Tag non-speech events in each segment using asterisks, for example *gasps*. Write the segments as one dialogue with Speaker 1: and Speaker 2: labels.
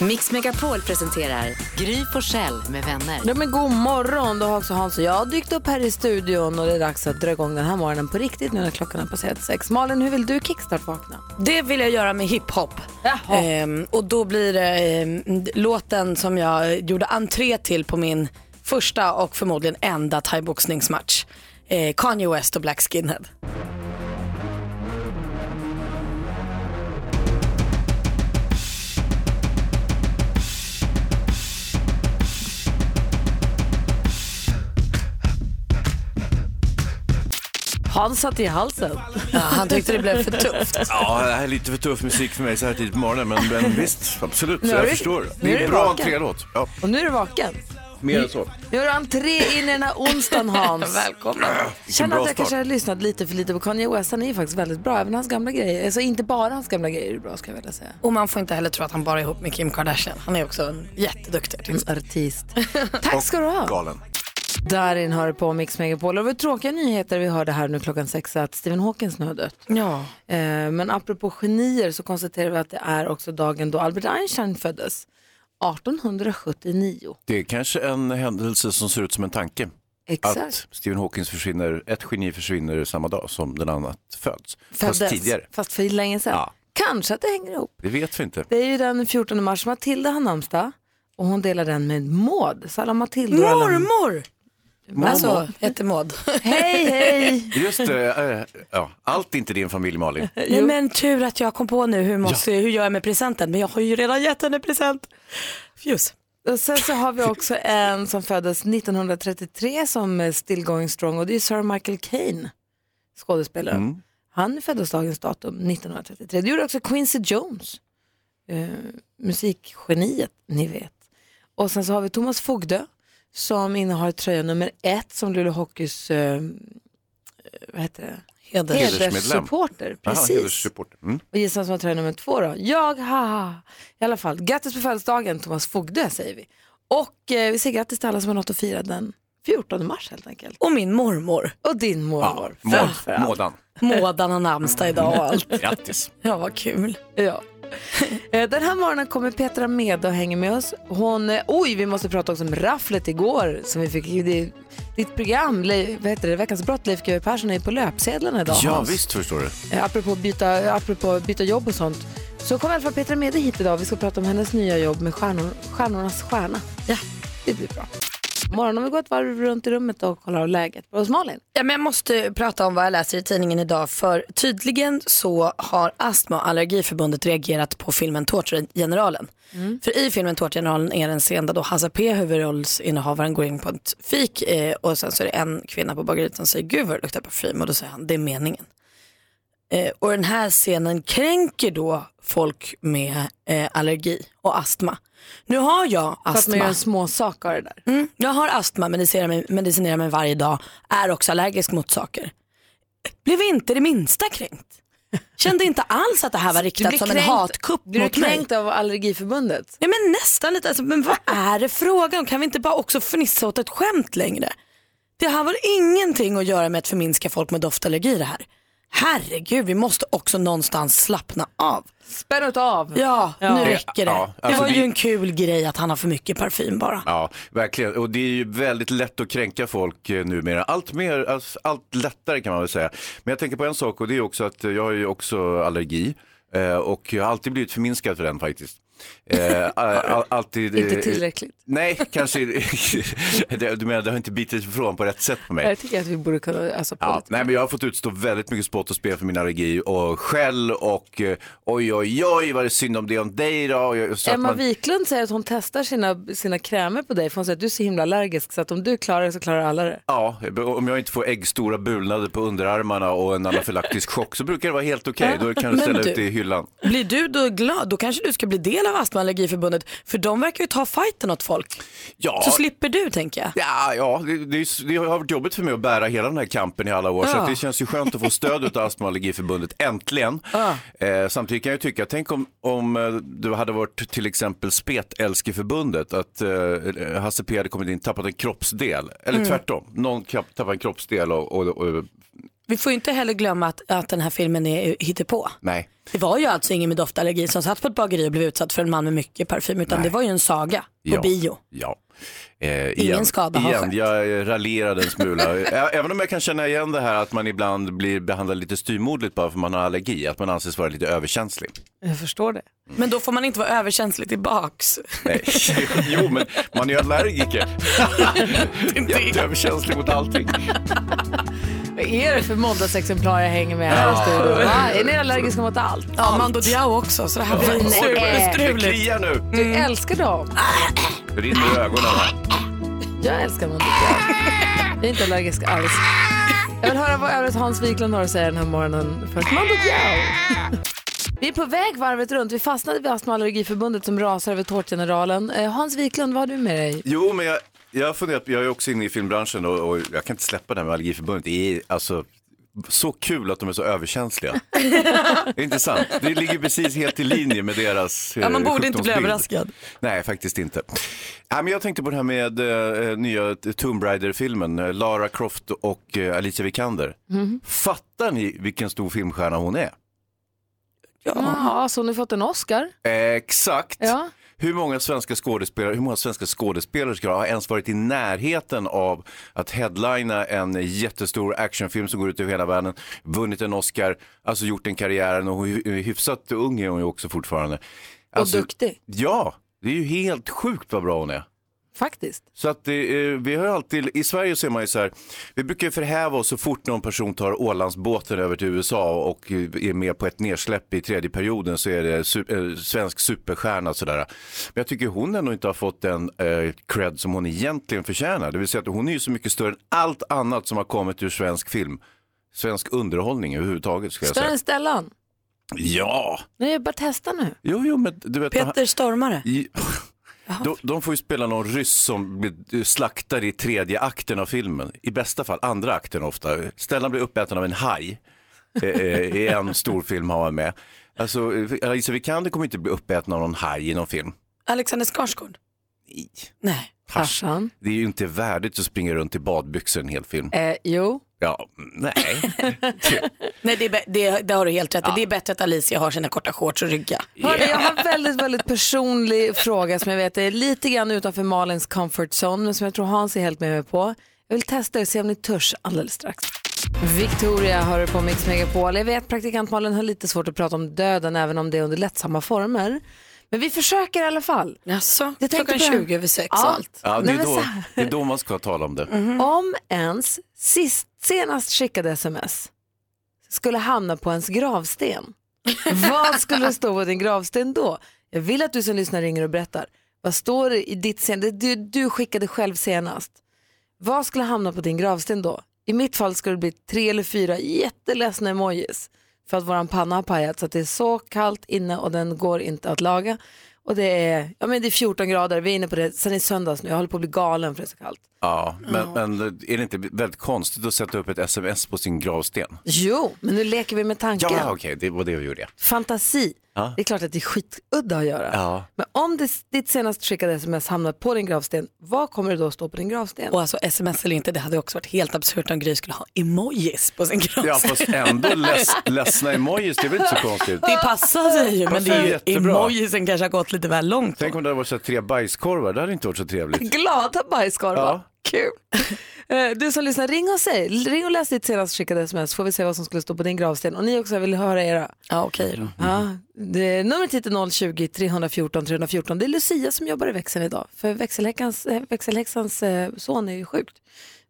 Speaker 1: Mix Megapol presenterar Gry Forssell med vänner.
Speaker 2: Ja, men god morgon, då har också Hans och jag dykt upp här i studion och det är dags att dra igång den här morgonen på riktigt nu när klockan har passerat sex. Malin, hur vill du kickstart-vakna?
Speaker 3: Det vill jag göra med hiphop. Ehm, och då blir det ehm, låten som jag gjorde entré till på min första och förmodligen enda thaiboxningsmatch. Eh, Kanye West och Black Skinhead.
Speaker 2: Hans satt i halsen.
Speaker 3: Ja, han tyckte det blev för tufft.
Speaker 4: Ja, det här är lite för tuff musik för mig så här tidigt på morgonen, men, men visst, absolut. Så
Speaker 2: Nu är
Speaker 4: jag
Speaker 2: du-
Speaker 4: förstår.
Speaker 2: nu
Speaker 4: Det
Speaker 2: är
Speaker 4: är
Speaker 2: du
Speaker 4: en bra
Speaker 2: vaken.
Speaker 4: entrélåt. Ja,
Speaker 2: Och nu är du vaken.
Speaker 4: mer än så.
Speaker 2: Nu har du entré in i den här onsdagen, Hans.
Speaker 3: Välkommen.
Speaker 2: Känner
Speaker 4: bra
Speaker 2: att jag kanske har
Speaker 4: start.
Speaker 2: lyssnat lite för lite på Kanye West. Han är ju faktiskt väldigt bra, även hans gamla grejer. Alltså inte bara hans gamla grejer är bra ska jag vilja säga.
Speaker 3: Och man får inte heller tro att han bara är ihop med Kim Kardashian. Han är också en jätteduktig artist.
Speaker 2: Artist. Tack ska du ha.
Speaker 4: Galen.
Speaker 2: Darin hör på Mix Megapol. Och det var tråkiga nyheter vi hörde här nu klockan sex att Stephen Hawking nu har dött.
Speaker 3: Mm, Ja.
Speaker 2: Eh, Men apropå genier så konstaterar vi att det är också dagen då Albert Einstein föddes. 1879.
Speaker 4: Det är kanske en händelse som ser ut som en tanke.
Speaker 2: Exakt.
Speaker 4: Att Stephen Hawking försvinner, ett geni försvinner samma dag som den annat föds. Fast
Speaker 2: Föddes,
Speaker 4: tidigare.
Speaker 2: Fast för länge sedan.
Speaker 4: Ja.
Speaker 2: Kanske att det hänger ihop.
Speaker 4: Det vet vi inte.
Speaker 2: Det är ju den 14 mars Matilda har namnsdag och hon delar den med Maud. Så alla Matilda och alla-
Speaker 3: Mormor! Alltså,
Speaker 4: Mormor.
Speaker 3: hette *laughs* Maud.
Speaker 2: Hej, hej!
Speaker 4: Just det, eh, ja. allt är inte din familj Malin.
Speaker 3: Nej men tur att jag kom på nu hur, måste, hur gör jag med presenten. Men jag har ju redan gett henne present. Fjus.
Speaker 2: Och sen så har vi också en som föddes 1933 som är still going strong och det är Sir Michael Caine, skådespelaren.
Speaker 4: Mm.
Speaker 2: Han föddes dagens datum 1933. Det gjorde också Quincy Jones, eh, musikgeniet ni vet. Och sen så har vi Thomas Fogdö som innehar tröja nummer ett som Luleå Hockeys eh, vad heter det?
Speaker 3: Heder.
Speaker 2: Hederssupporter, precis.
Speaker 4: hederssupporter. Mm.
Speaker 2: Och gissa vem som har tröja nummer två då? Jag, haha. I alla fall, grattis på födelsedagen Thomas Fogdö säger vi. Och eh, vi säger grattis till alla som har något att fira den 14 mars helt enkelt.
Speaker 3: Och min *laughs* mormor.
Speaker 2: Och din mormor.
Speaker 4: Måd,
Speaker 2: framförallt.
Speaker 4: mådan.
Speaker 3: Mådan har namnsdag idag och allt.
Speaker 4: Grattis.
Speaker 3: Ja, vad kul.
Speaker 2: Ja. *laughs* Eh, Den här morgonen kommer Petra med och hänger med oss. Hon, eh, oj, vi måste prata också om rafflet igår som vi fick. Det, ditt program, Le, vad heter det, Veckans brott, Leif GW Persson är på löpsedlarna idag.
Speaker 4: Ja
Speaker 2: Hans.
Speaker 4: visst förstår du.
Speaker 2: Eh, Apropå byta, apropå byta jobb och sånt. Så kom i alla fall Petra Mede hit idag. Vi ska prata om hennes nya jobb med stjärnor, Stjärnornas stjärna. Ja, det blir bra. Morgon om vi går ett varv runt i rummet och kollar av läget. Hos Malin?
Speaker 3: Ja, men jag måste prata om vad jag läser i tidningen idag för tydligen så har Astma och Allergiförbundet reagerat på filmen Tårtgeneralen. För i filmen Tårtgeneralen är det en scen där då Hasse P, huvudrollsinnehavaren, går in på ett fik eh, och sen så är det en kvinna på bageriet som säger gud vad det luktar parfym och då säger han det är meningen. Eh, och den här scenen kränker då folk med eh, allergi och astma. Nu har jag
Speaker 2: För att
Speaker 3: astma.
Speaker 2: man gör en små sak av det där.
Speaker 3: Mm, jag har astma, medicinerar mig, medicinerar mig varje dag, är också allergisk mot saker. Blev inte det minsta kränkt. Kände inte alls att det här var
Speaker 2: Typ
Speaker 3: riktat som en hatkupp
Speaker 2: Blir du
Speaker 3: mot mig.
Speaker 2: kränkt av Allergiförbundet?
Speaker 3: Ja, men nästan lite, alltså, men vad är det frågan om? Kan vi inte bara också fnissa åt ett skämt längre? Det här var ingenting att göra med att förminska folk med doftallergi det här. Herregud, vi måste också någonstans slappna av.
Speaker 2: Spänn ut av.
Speaker 3: Ja, nu räcker det.
Speaker 4: Ja, alltså
Speaker 3: det var
Speaker 4: det-
Speaker 3: ju en kul grej att han har för mycket parfym bara.
Speaker 4: Ja, verkligen. Och det är ju väldigt lätt att kränka folk eh, numera. Allt, mer, alltså, allt lättare kan man väl säga. Men jag tänker på en sak och det är också att eh, jag har ju också allergi. eh, Och jag har alltid blivit förminskad för den faktiskt. Eh, a- a- alltid, eh,
Speaker 2: *laughs* Inte tillräckligt.
Speaker 4: Nej, kanske. *laughs* det- du menar, det har inte bitit ifrån på rätt sätt på mig.
Speaker 2: Jag tycker att vi borde kunna alltså, på
Speaker 4: Ja,
Speaker 2: lite.
Speaker 4: nej, men jag har fått utstå väldigt mycket spott och spe för min allergi och skäll och eh, oj, oj, oj, vad det är synd om det om dig då. Och jag- Så att
Speaker 2: Emma
Speaker 4: man,
Speaker 2: Wiklund säger att hon testar sina, sina krämer på dig för hon säger att du är så himla allergisk så att om du klarar det så klarar alla det.
Speaker 4: Ja, om jag inte får äggstora bulnader på underarmarna och en anafylaktisk chock så brukar det vara helt okej. Då kan du
Speaker 3: Men
Speaker 4: ställa
Speaker 3: du-
Speaker 4: ut det i hyllan.
Speaker 3: Blir du då glad, då kanske du ska bli del av Astma och Allergiförbundet för de verkar ju ta fighten åt folk.
Speaker 4: Ja,
Speaker 3: Så slipper du tänker jag.
Speaker 4: Ja, ja det, det, är- det har varit jobbigt för mig att bära hela den här kampen i alla år så
Speaker 2: Ja.
Speaker 4: att det känns ju skönt att få stöd av Astma och Allergiförbundet äntligen. Eh, samtidigt kan jag ju tycka, tänk om, om eh, du hade varit till exempel Spetälskeförbundet, att eh, Hasse P hade kommit in tappat en kroppsdel, eller tvärtom, någon kropp- tappar en kroppsdel och, och, och
Speaker 3: Vi får ju inte heller glömma att, att den här filmen är hittepå.
Speaker 4: nej.
Speaker 3: Det var ju alltså ingen med doftallergi som satt på ett bageri och blev utsatt för en man med mycket parfym utan det var ju en saga på
Speaker 4: Ja.
Speaker 3: bio.
Speaker 4: Ja. Eh, igen,
Speaker 3: skada har
Speaker 4: igen,
Speaker 3: skett.
Speaker 4: Jag eh, raljerade en smula. *laughs* Ä- Även om jag kan känna igen det här att man ibland blir behandlad lite styrmodligt bara för man har allergi, att man anses vara lite överkänslig.
Speaker 2: Jag förstår det.
Speaker 4: Mm.
Speaker 3: Men då får man inte vara överkänslig tillbaks.
Speaker 4: Nej. *laughs* Jo, men man är ju
Speaker 3: *laughs*
Speaker 4: allergiker. Jätteöverkänslig mot allting.
Speaker 2: Vad är det för måndagsexemplar jag hänger med här i studion? Va? Är ni allergiska mot allt?
Speaker 3: Ja, Mando Diao också så det här blir
Speaker 4: Oj, vad det
Speaker 3: struligt.
Speaker 4: det
Speaker 3: struligt.
Speaker 4: kliar nu.
Speaker 2: Du älskar dem.
Speaker 4: Det rinner i ögonen. här.
Speaker 2: Jag älskar Mölndal. Jag är inte allergisk alls. Jag vill höra vad övrigt Hans Wiklund har att säga den här morgonen. Först Mando Diao. Vi är på väg varvet runt. Vi fastnade vid Astma och Allergiförbundet som rasar över Tårtgeneralen. Eh, Hans Wiklund, vad har du med dig?
Speaker 4: Jo, men jag, jag funderar, på- jag är också inne i filmbranschen och, och jag kan inte släppa det här med Allergiförbundet. Det är alltså så kul att de är så
Speaker 3: *laughs*
Speaker 4: överkänsliga. det är inte sant. Det ligger precis helt i linje med deras
Speaker 3: Ja, man borde inte bli
Speaker 4: sjukdomsbild.
Speaker 3: överraskad.
Speaker 4: Nej, faktiskt inte. Ja, men jag tänkte på det här med eh, nya Tomb Raider-filmen, eh, Lara Croft och eh, Alicia Vikander.
Speaker 3: Mhm.
Speaker 4: Fattar ni vilken stor filmstjärna hon är?
Speaker 2: Ja, så har ni fått en Oscar?
Speaker 4: Exakt.
Speaker 2: Ja.
Speaker 4: Hur många svenska skådespelare, hur många svenska skådespelare ska ha ens varit i närheten av att headlina en jättestor actionfilm som går ut över hela världen, vunnit en Oscar, alltså gjort en karriär och hy- hyfsat ung är hon ju också fortfarande. Alltså,
Speaker 2: och duktig,
Speaker 4: Ja, det är ju helt sjukt vad bra hon är.
Speaker 2: faktiskt.
Speaker 4: Så att det, eh, vi har ju alltid, i Sverige ser man ju så här, vi brukar ju förhäva oss så fort någon person tar Ålandsbåten över till USA och eh, är med på ett nedsläpp i tredje perioden så är det su eh, svensk superstjärna och sådär. Men jag tycker hon ändå inte har fått den eh, cred som hon egentligen förtjänar. Det vill säga att hon är ju så mycket större än allt annat som har kommit ur svensk film. Svensk underhållning överhuvudtaget skulle jag
Speaker 2: Större
Speaker 4: säga.
Speaker 2: än Stellan.
Speaker 4: Ja,
Speaker 2: Nej, jag bara testa nu.
Speaker 4: jo, jo, men du vet.
Speaker 3: Peter Stormare.
Speaker 4: I, de, de får ju spela någon ryss som blir slaktad i tredje akten av filmen. I bästa fall andra akten ofta. Stellan blir uppäten av en haj. Eh, eh, I en stor film har han med. Alltså, eh, Alicia Vikander kommer inte bli uppäten av någon haj i någon film.
Speaker 3: Alexander Skarsgård.
Speaker 4: Nej.
Speaker 3: Nej.
Speaker 4: Hasch.
Speaker 2: Farsan.
Speaker 4: Det är ju inte värdigt att springa runt i badbyxor en hel film.
Speaker 2: Eh, jo,
Speaker 4: Ja, nej.
Speaker 3: Nej det, är bä- det, det har du helt rätt i. Det är bättre att Alicia har sina korta shorts och rygga.
Speaker 2: Hörni, jag har en väldigt, väldigt personlig fråga som jag vet är lite grann utanför Malins comfort zone, men som jag tror Hans är helt med mig på. Jag vill testa er och se om ni törs alldeles strax. Victoria hör på Mix Megapol. Jag vet praktikant Malin har lite svårt att prata om döden, även om det är under lättsamma former. Men vi försöker i alla fall.
Speaker 3: Jaså,
Speaker 2: Jag tänkte
Speaker 3: klockan
Speaker 2: på det.
Speaker 3: 20 över sex
Speaker 2: Ja.
Speaker 3: och allt.
Speaker 4: Ja, det,
Speaker 2: Nej,
Speaker 4: är
Speaker 2: men så Mm.
Speaker 4: då,
Speaker 2: här.
Speaker 4: det är då man ska tala om det.
Speaker 2: Om ens sist, senast skickade sms skulle hamna på ens gravsten, vad skulle det stå på din gravsten då? Jag vill att du som lyssnar ringer och berättar. Vad står det i ditt sen, det du, du skickade själv senast? Vad skulle hamna på din gravsten då? I mitt fall skulle det bli tre eller fyra jätteledsna emojis för att våran panna har pajat så att det är så kallt inne och den går inte att laga. Och det är, ja men det är 14 grader, vi är inne på det sen i söndags nu, jag håller på att bli galen för det är så kallt.
Speaker 4: Ja, men, men är det inte väldigt konstigt att sätta upp ett sms på sin gravsten?
Speaker 2: Jo, men nu leker vi med tanken.
Speaker 4: Ja, okej, det var det vi gjorde.
Speaker 2: Fantasi.
Speaker 4: Ja.
Speaker 2: Det är klart att det är skitudda att göra.
Speaker 4: Ja.
Speaker 2: Men om det, ditt senast skickade sms hamnar på din gravsten, vad kommer det då stå på din gravsten?
Speaker 3: Och alltså sms eller inte, det hade också varit helt absurt om Gry skulle ha emojis på sin kropp.
Speaker 4: Ja, fast alltså ändå leds, ledsna emojis, det är väl inte så konstigt?
Speaker 3: *laughs* Det passar sig ju, men
Speaker 4: Passar
Speaker 3: det är ju
Speaker 4: jättebra.
Speaker 3: emojisen kanske har gått lite väl långt.
Speaker 4: Tänk om det hade varit så här tre bajskorvar, det hade inte varit så
Speaker 2: *laughs*
Speaker 4: trevligt.
Speaker 2: Glada bajskorvar.
Speaker 4: Ja.
Speaker 2: Kul. *laughs* Eh, Du som lyssnar, ring och säg. Ring och läs ditt senast skickade sms får vi se vad som skulle stå på din gravsten. Och ni också, jag vill höra era.
Speaker 3: Ja, okej då.
Speaker 2: Ja, det, numret hit är 020-314 314. Det är Lucia som jobbar i växeln idag. För växelhäckans, eh, växelhäxans eh, son är ju sjukt.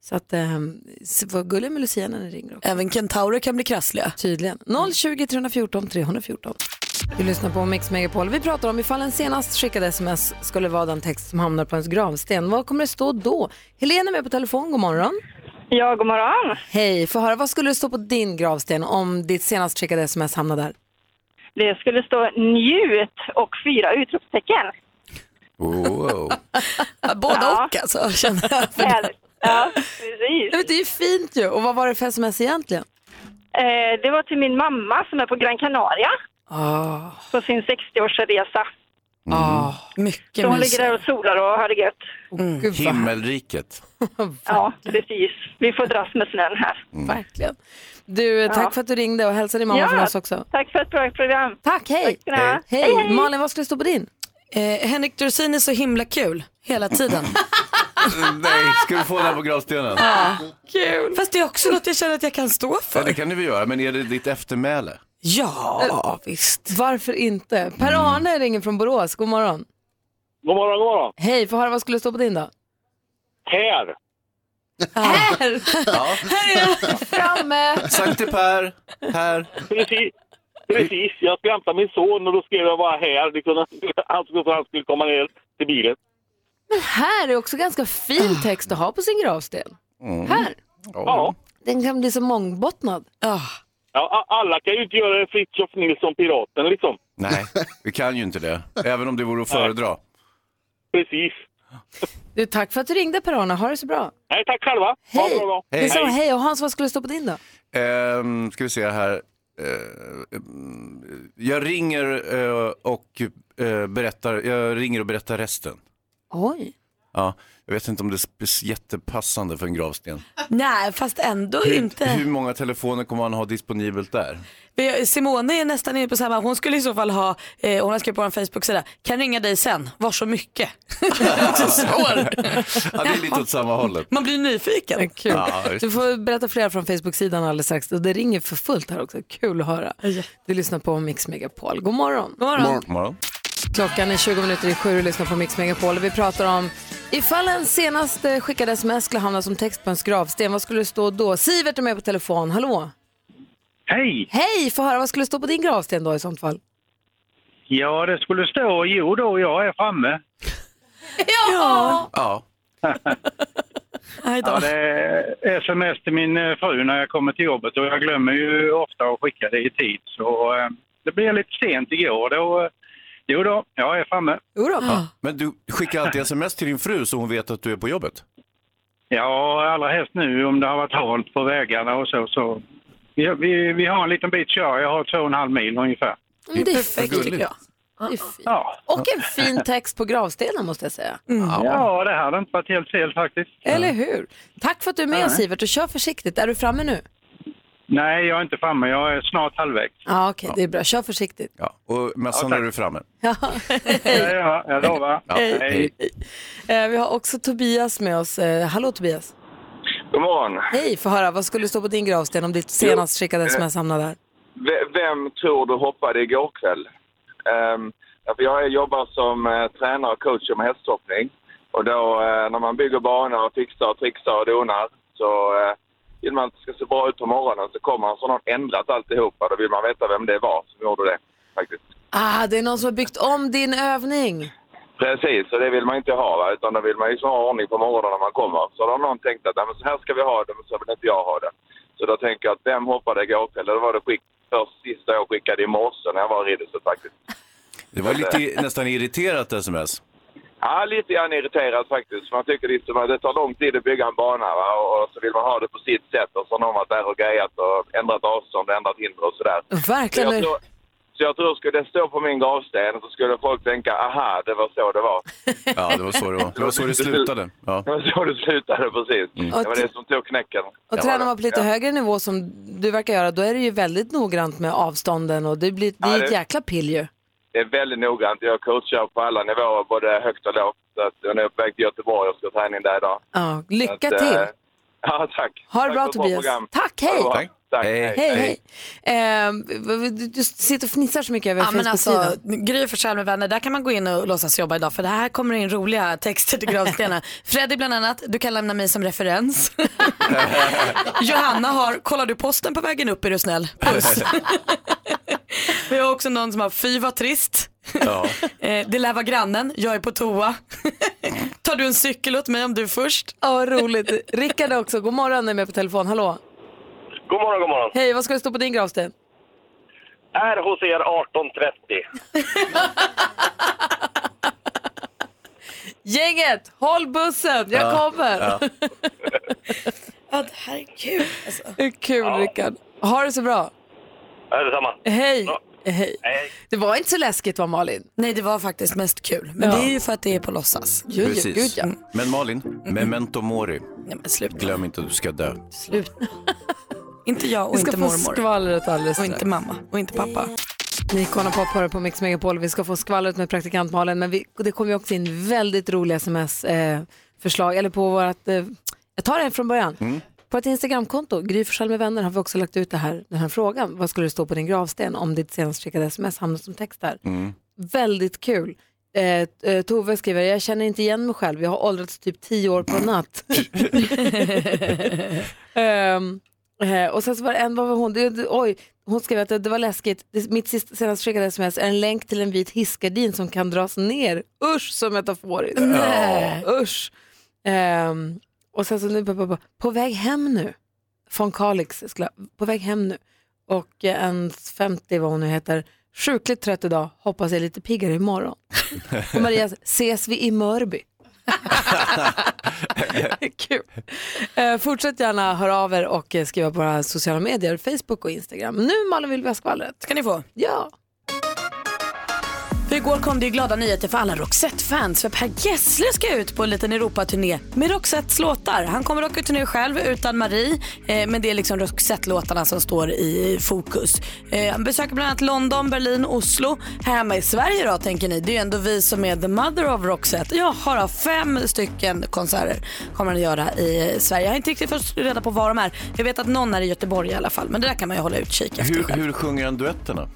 Speaker 2: Så att, eh, så var gullig med Lucia när ni ringer också.
Speaker 3: Även kentaurer kan bli krassliga.
Speaker 2: Tydligen. 020 314 314. Du lyssnar på Mix Megapol. Vi pratar om ifall en senast skickade sms skulle vara den text som hamnar på ens gravsten. Vad kommer det stå då? Helena är med på telefon. God morgon.
Speaker 5: Ja, god morgon.
Speaker 2: Hej. Få höra, vad skulle det stå på din gravsten om ditt senast skickade sms hamnar där?
Speaker 5: Det skulle stå njut och fyra utropstecken.
Speaker 4: Wow.
Speaker 3: Både
Speaker 5: Ja.
Speaker 3: och alltså, känner
Speaker 4: *laughs*
Speaker 3: jag. För
Speaker 5: Väl- Ja, precis.
Speaker 2: Nej, men det är ju fint ju. Och vad var det för sms egentligen?
Speaker 5: Eh, Det var till min mamma som är på Gran Canaria
Speaker 2: Ah,
Speaker 5: på sin 60-årsresa.
Speaker 2: ah,
Speaker 3: mycket
Speaker 5: Så hon
Speaker 3: mys.
Speaker 5: ligger där och solar och har det gött.
Speaker 2: gud vad härligt.
Speaker 4: Himmelriket.
Speaker 5: Ja, precis. Vi får dras med snön här.
Speaker 6: Mm.
Speaker 2: Verkligen. Du, tack för att du ringde och hälsa din mamma
Speaker 5: Ja.
Speaker 2: från oss också.
Speaker 5: Tack för ett bra program.
Speaker 2: Tack, hej.
Speaker 5: ska ni ha.
Speaker 2: Hej.
Speaker 5: Hej, hej.
Speaker 2: Malin, vad skulle det stå på din?
Speaker 3: Eh, Henrik Dorsin är så himla kul
Speaker 4: *laughs*
Speaker 3: hela tiden.
Speaker 4: *laughs* Nej, ska du få den här på gravstenen?
Speaker 3: kul. Fast det är också något jag känner att jag kan stå
Speaker 4: Ja,
Speaker 3: för.
Speaker 4: det kan du väl göra, men är det ditt eftermäle?
Speaker 3: Ja, visst.
Speaker 2: Varför inte? Per-Arne ringer från Borås. God morgon.
Speaker 6: God morgon, god morgon.
Speaker 2: Hej, få höra vad skulle det stå på din då?
Speaker 6: Här.
Speaker 2: Här! Här är jag framme!
Speaker 4: Sankte Per, här.
Speaker 6: Precis. Precis. Jag ska hämta min son och då skrev jag bara här. Det kunde, han, skulle, han skulle komma ner till bilen.
Speaker 2: *laughs* Här är också ganska fin text att ha på sin gravsten. Här!
Speaker 6: Ja.
Speaker 2: Den kan bli så mångbottnad.
Speaker 6: ja. a- Alla kan ju inte göra en Fritiof Nilsson Piraten liksom.
Speaker 4: Nej, vi kan ju inte det. Även om det vore att föredra.
Speaker 6: Precis.
Speaker 2: Du, tack för att du ringde Per-Arne. Ha det så bra.
Speaker 6: Nej, tack själva. Ha det
Speaker 2: Hej!
Speaker 6: bra då.
Speaker 2: Det är så, hej. Och Hans, vad skulle det stå på din då?
Speaker 4: Ehm, ska vi se här. Ehm, jag ringer eh, och eh, berättar, jag ringer och berättar resten.
Speaker 2: Oj.
Speaker 4: Ja, jag vet inte om det är spe- jättepassande för en gravsten.
Speaker 3: Nej, fast ändå
Speaker 4: Hur,
Speaker 3: inte.
Speaker 4: hur många telefoner kommer man ha disponibelt där?
Speaker 3: Vi- Simone är nästan inne på samma. Hon skulle i så fall ha, eh, hon har skrivit på vår Facebook-sida, kan ringa dig sen, var
Speaker 4: *laughs*
Speaker 3: så mycket. *laughs*
Speaker 4: Ja, det är lite åt samma hållet.
Speaker 3: Man blir nyfiken.
Speaker 2: Kul.
Speaker 4: Ja, just
Speaker 2: *laughs* du får berätta fler från Facebook-sidan alldeles strax. Och Det ringer för fullt här också. Kul att höra. Du lyssnar på Mix Megapol. God morgon. God morgon.
Speaker 4: God morgon.
Speaker 2: Klockan är 20 minuter i sju och lyssnar på Mix Megapol. Och vi pratar om ifall en senast eh, skickad sms skulle hamna som text på ens gravsten, vad skulle det stå då? Sivert är med på telefon. Hallå?
Speaker 7: Hej!
Speaker 2: Hej! Få höra, vad skulle det stå på din gravsten då i sånt fall?
Speaker 7: Ja, det skulle stå, jo då, jag är framme.
Speaker 4: Ja,
Speaker 3: Aj då.
Speaker 7: Ja, det är sms till min eh, fru när jag kommer till jobbet och jag glömmer ju ofta att skicka det i tid. Så eh, det blev lite sent igår. Då, eh, jo då, jag är framme.
Speaker 2: Jodå.
Speaker 4: men du skickar alltid sms till din fru så hon vet att du är på jobbet.
Speaker 7: Ja, allra helst nu om det har varit halt på vägarna och så. så. Vi, vi, vi har en liten bit kör, jag har två och en halv mil ungefär.
Speaker 2: Mm, Det är
Speaker 3: Perfekt
Speaker 2: fint.
Speaker 3: tycker jag.
Speaker 2: Det är fint.
Speaker 7: Ja,
Speaker 2: Och en fin text på gravstenen måste jag säga.
Speaker 7: ja det hade inte varit helt fel faktiskt.
Speaker 2: Eller hur? Tack för att du är med oss Sivert och kör försiktigt. Är du framme nu?
Speaker 7: Nej, jag är inte framme, jag är snart halvvägs.
Speaker 2: Ja, okej, det är bra. Kör försiktigt.
Speaker 4: Ja, och mössan
Speaker 7: Ja,
Speaker 4: är
Speaker 7: tack.
Speaker 4: du framme.
Speaker 7: Jag, jag, jag lovar.
Speaker 4: Ja,
Speaker 2: Eh, vi har också Tobias med oss. Eh, hallå Tobias.
Speaker 6: God morgon.
Speaker 2: Hej, få höra. Vad skulle det stå på din gravsten om ditt senast skickade sms hamnade där?
Speaker 6: Vem tror du hoppade igår kväll? Ehm, därför jag jobbar som eh, tränare och coach om hästhoppning. Och då eh, när man bygger banor och fixar och trixar och donar så eh, vill man att det ska se bra ut på morgonen så kommer han så har någon ändrat alltihopa. Då vill man veta vem det var som gjorde det faktiskt.
Speaker 2: Ah, det är någon som har byggt om din övning.
Speaker 6: Precis, och det vill man inte ha va? utan då vill man ju så ha ordning på morgonen när man kommer. Så då har någon tänkt att "Nej, men så här ska vi ha det, men så vill inte jag ha det. Så då tänker jag att vem hoppade igår kväll? Det var det skick- först sista jag skickade i morse när jag var i Ridderhuset faktiskt.
Speaker 4: Det var lite nästan irriterat sms.
Speaker 6: Ja, lite grann irriterad faktiskt. För Man tycker liksom att det tar lång tid att bygga en bana va? och och så vill man ha det på sitt sätt och så har någon varit där och grejat och ändrat avstånd och ändrat hinder och sådär. Så
Speaker 2: Verkligen.
Speaker 6: jag, tror, så jag tror skulle det stå på min gravsten så skulle folk tänka aha, det var så det var.
Speaker 4: Ja, det var så det var. Det var så det slutade. Ja.
Speaker 6: Det var så det slutade precis. Det var det som tog knäcken.
Speaker 2: Mm. Och
Speaker 6: Det var
Speaker 2: tränar
Speaker 6: det.
Speaker 2: man på lite
Speaker 6: Ja.
Speaker 2: högre nivå som du verkar göra, då är det ju väldigt noggrant med avstånden och det, blir, det är
Speaker 6: Ja,
Speaker 2: ett
Speaker 6: det-
Speaker 2: jäkla pill ju.
Speaker 6: Det är väldigt noggrant. Jag coachar på alla nivåer, både högt och lågt. Så att jag är på väg till Göteborg och ska träning där idag.
Speaker 2: Ja,
Speaker 6: Så att,
Speaker 2: lycka
Speaker 6: eh, *laughs*
Speaker 2: till.
Speaker 6: Ja, tack.
Speaker 2: Ha det
Speaker 6: Tack
Speaker 2: bra
Speaker 6: för ett
Speaker 2: Tobias.
Speaker 6: program.
Speaker 2: Tack,
Speaker 6: Ha det
Speaker 2: hej.
Speaker 6: bra.
Speaker 4: Tack.
Speaker 6: Tack.
Speaker 4: Hej.
Speaker 2: Hej, hej. Eh, v- v- du, du sitter och fnissar så mycket över
Speaker 3: Ja men
Speaker 2: Facebook-sidan.
Speaker 3: alltså, Gry Forssell med vänner, där kan man gå in och låtsas jobba idag för det här kommer in roliga
Speaker 2: *laughs*
Speaker 3: texter till gravstenen. Freddy bland annat, du kan lämna mig som
Speaker 2: *laughs*
Speaker 3: referens. Johanna har, kollar du posten på vägen upp är du snäll.
Speaker 2: *laughs*
Speaker 3: Puss. Vi har också någon som har, fy vad trist.
Speaker 4: Ja.
Speaker 3: Eh, det lär vara grannen, jag är på toa. *laughs* Tar du en cykel åt mig om du är först?
Speaker 2: Ja, vad *laughs* roligt. Rickard också. God morgon, är med på telefon. Hallå.
Speaker 6: God morgon, god morgon.
Speaker 2: Hej, vad ska det stå på din gravsten?
Speaker 8: Är hos er 18.30.
Speaker 2: Gänget, håll bussen, jag
Speaker 8: Ja,
Speaker 2: kommer.
Speaker 8: ja.
Speaker 2: ja, det här är kul alltså. Det är kul Rickard. Ha det så bra.
Speaker 8: Ja, detsamma.
Speaker 2: Hej.
Speaker 8: Ja.
Speaker 2: Eh, Hej.
Speaker 8: Hej.
Speaker 2: Det var inte så läskigt va Malin?
Speaker 3: Nej, det var faktiskt mest kul. Men
Speaker 2: Ja.
Speaker 3: det är ju för att det är på låtsas.
Speaker 4: Precis. Men Malin,
Speaker 2: Mm.
Speaker 4: memento mori.
Speaker 3: sluta.
Speaker 4: Glöm inte att du ska dö.
Speaker 3: Slut. *laughs* inte jag och
Speaker 2: Vi ska
Speaker 3: inte
Speaker 2: få
Speaker 3: mormor.
Speaker 2: skvallret alldeles
Speaker 3: Och inte mamma och inte pappa.
Speaker 2: Ni kollar på Porr på Mix Megapol. Vi ska få skvallret med praktikant Malin, men vi, det kommer ju också in väldigt roliga sms-förslag. eller på vårt, eh, jag tar det från början. På ett Instagramkonto, Gry Forssell med vänner, har vi också lagt ut det här, den här frågan. Vad skulle det stå på din gravsten om ditt senast skickade sms hamnar som text där? Väldigt kul. Eh, t- eh, Tove skriver, jag känner inte igen mig själv. Jag har åldrats typ tio år på en natt. *laughs* Ehm, eh, och sen så var det en, vad var hon? Det, det, oj, hon skrev att det, det var läskigt. Det, mitt sist, senast skickade sms är en länk till en vit hissgardin som kan dras ner. Usch så metaforiskt.
Speaker 3: Nej.
Speaker 2: Usch. Ehm, och sen så nu, på, på, på, på väg hem nu. Von Kalix, skulle, på väg hem nu. Och eh, en 50 vad hon nu heter. Sjukligt trött idag, hoppas jag är lite piggare imorgon. Och Maria, ses vi i Mörby? *laughs* Kul. Eh, fortsätt gärna höra av er och eh, skriva på våra sociala medier, Facebook och Instagram. Nu Malin vill vi ha skvallret.
Speaker 3: kan ni få.
Speaker 2: Ja.
Speaker 3: För igår kom det ju glada nyheter för alla Roxette-fans. För Per Gessle ska ut på en liten Europaturné med Roxettes låtar. Han kommer dock ut turné själv utan Marie. Eh, men det är liksom Roxette-låtarna som står i fokus. Eh, han besöker bland annat London, Berlin, Oslo. Här hemma i Sverige då tänker ni. Det är ju ändå vi som är the mother of Roxette. Jag har då fem stycken konserter kommer han att göra i Sverige. Jag har inte riktigt fått reda på var de är. Jag vet att någon är i Göteborg i alla fall. Men det där kan man ju hålla utkik efter.
Speaker 4: Hur, hur sjunger han duetterna?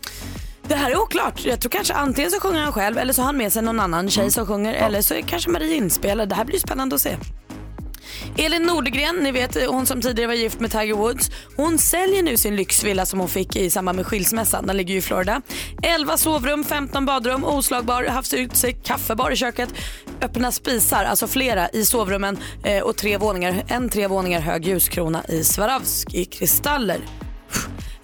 Speaker 3: Det här är oklart. Jag tror kanske antingen så sjunger han själv eller så har han med sig någon annan tjej som sjunger eller så är kanske Marie inspelad. Det här blir spännande att se. Elin Nordegren, ni vet eh, hon som tidigare var gift med Tiger Woods. Hon säljer nu sin lyxvilla som hon fick i samband med skilsmässan. Den ligger ju i Florida. 11 sovrum, 15 badrum, oslagbar havsutsikt, kaffebar i köket, öppna spisar, alltså flera i sovrummen eh, och tre våningar, en tre våningar hög ljuskrona i Swarovski i kristaller.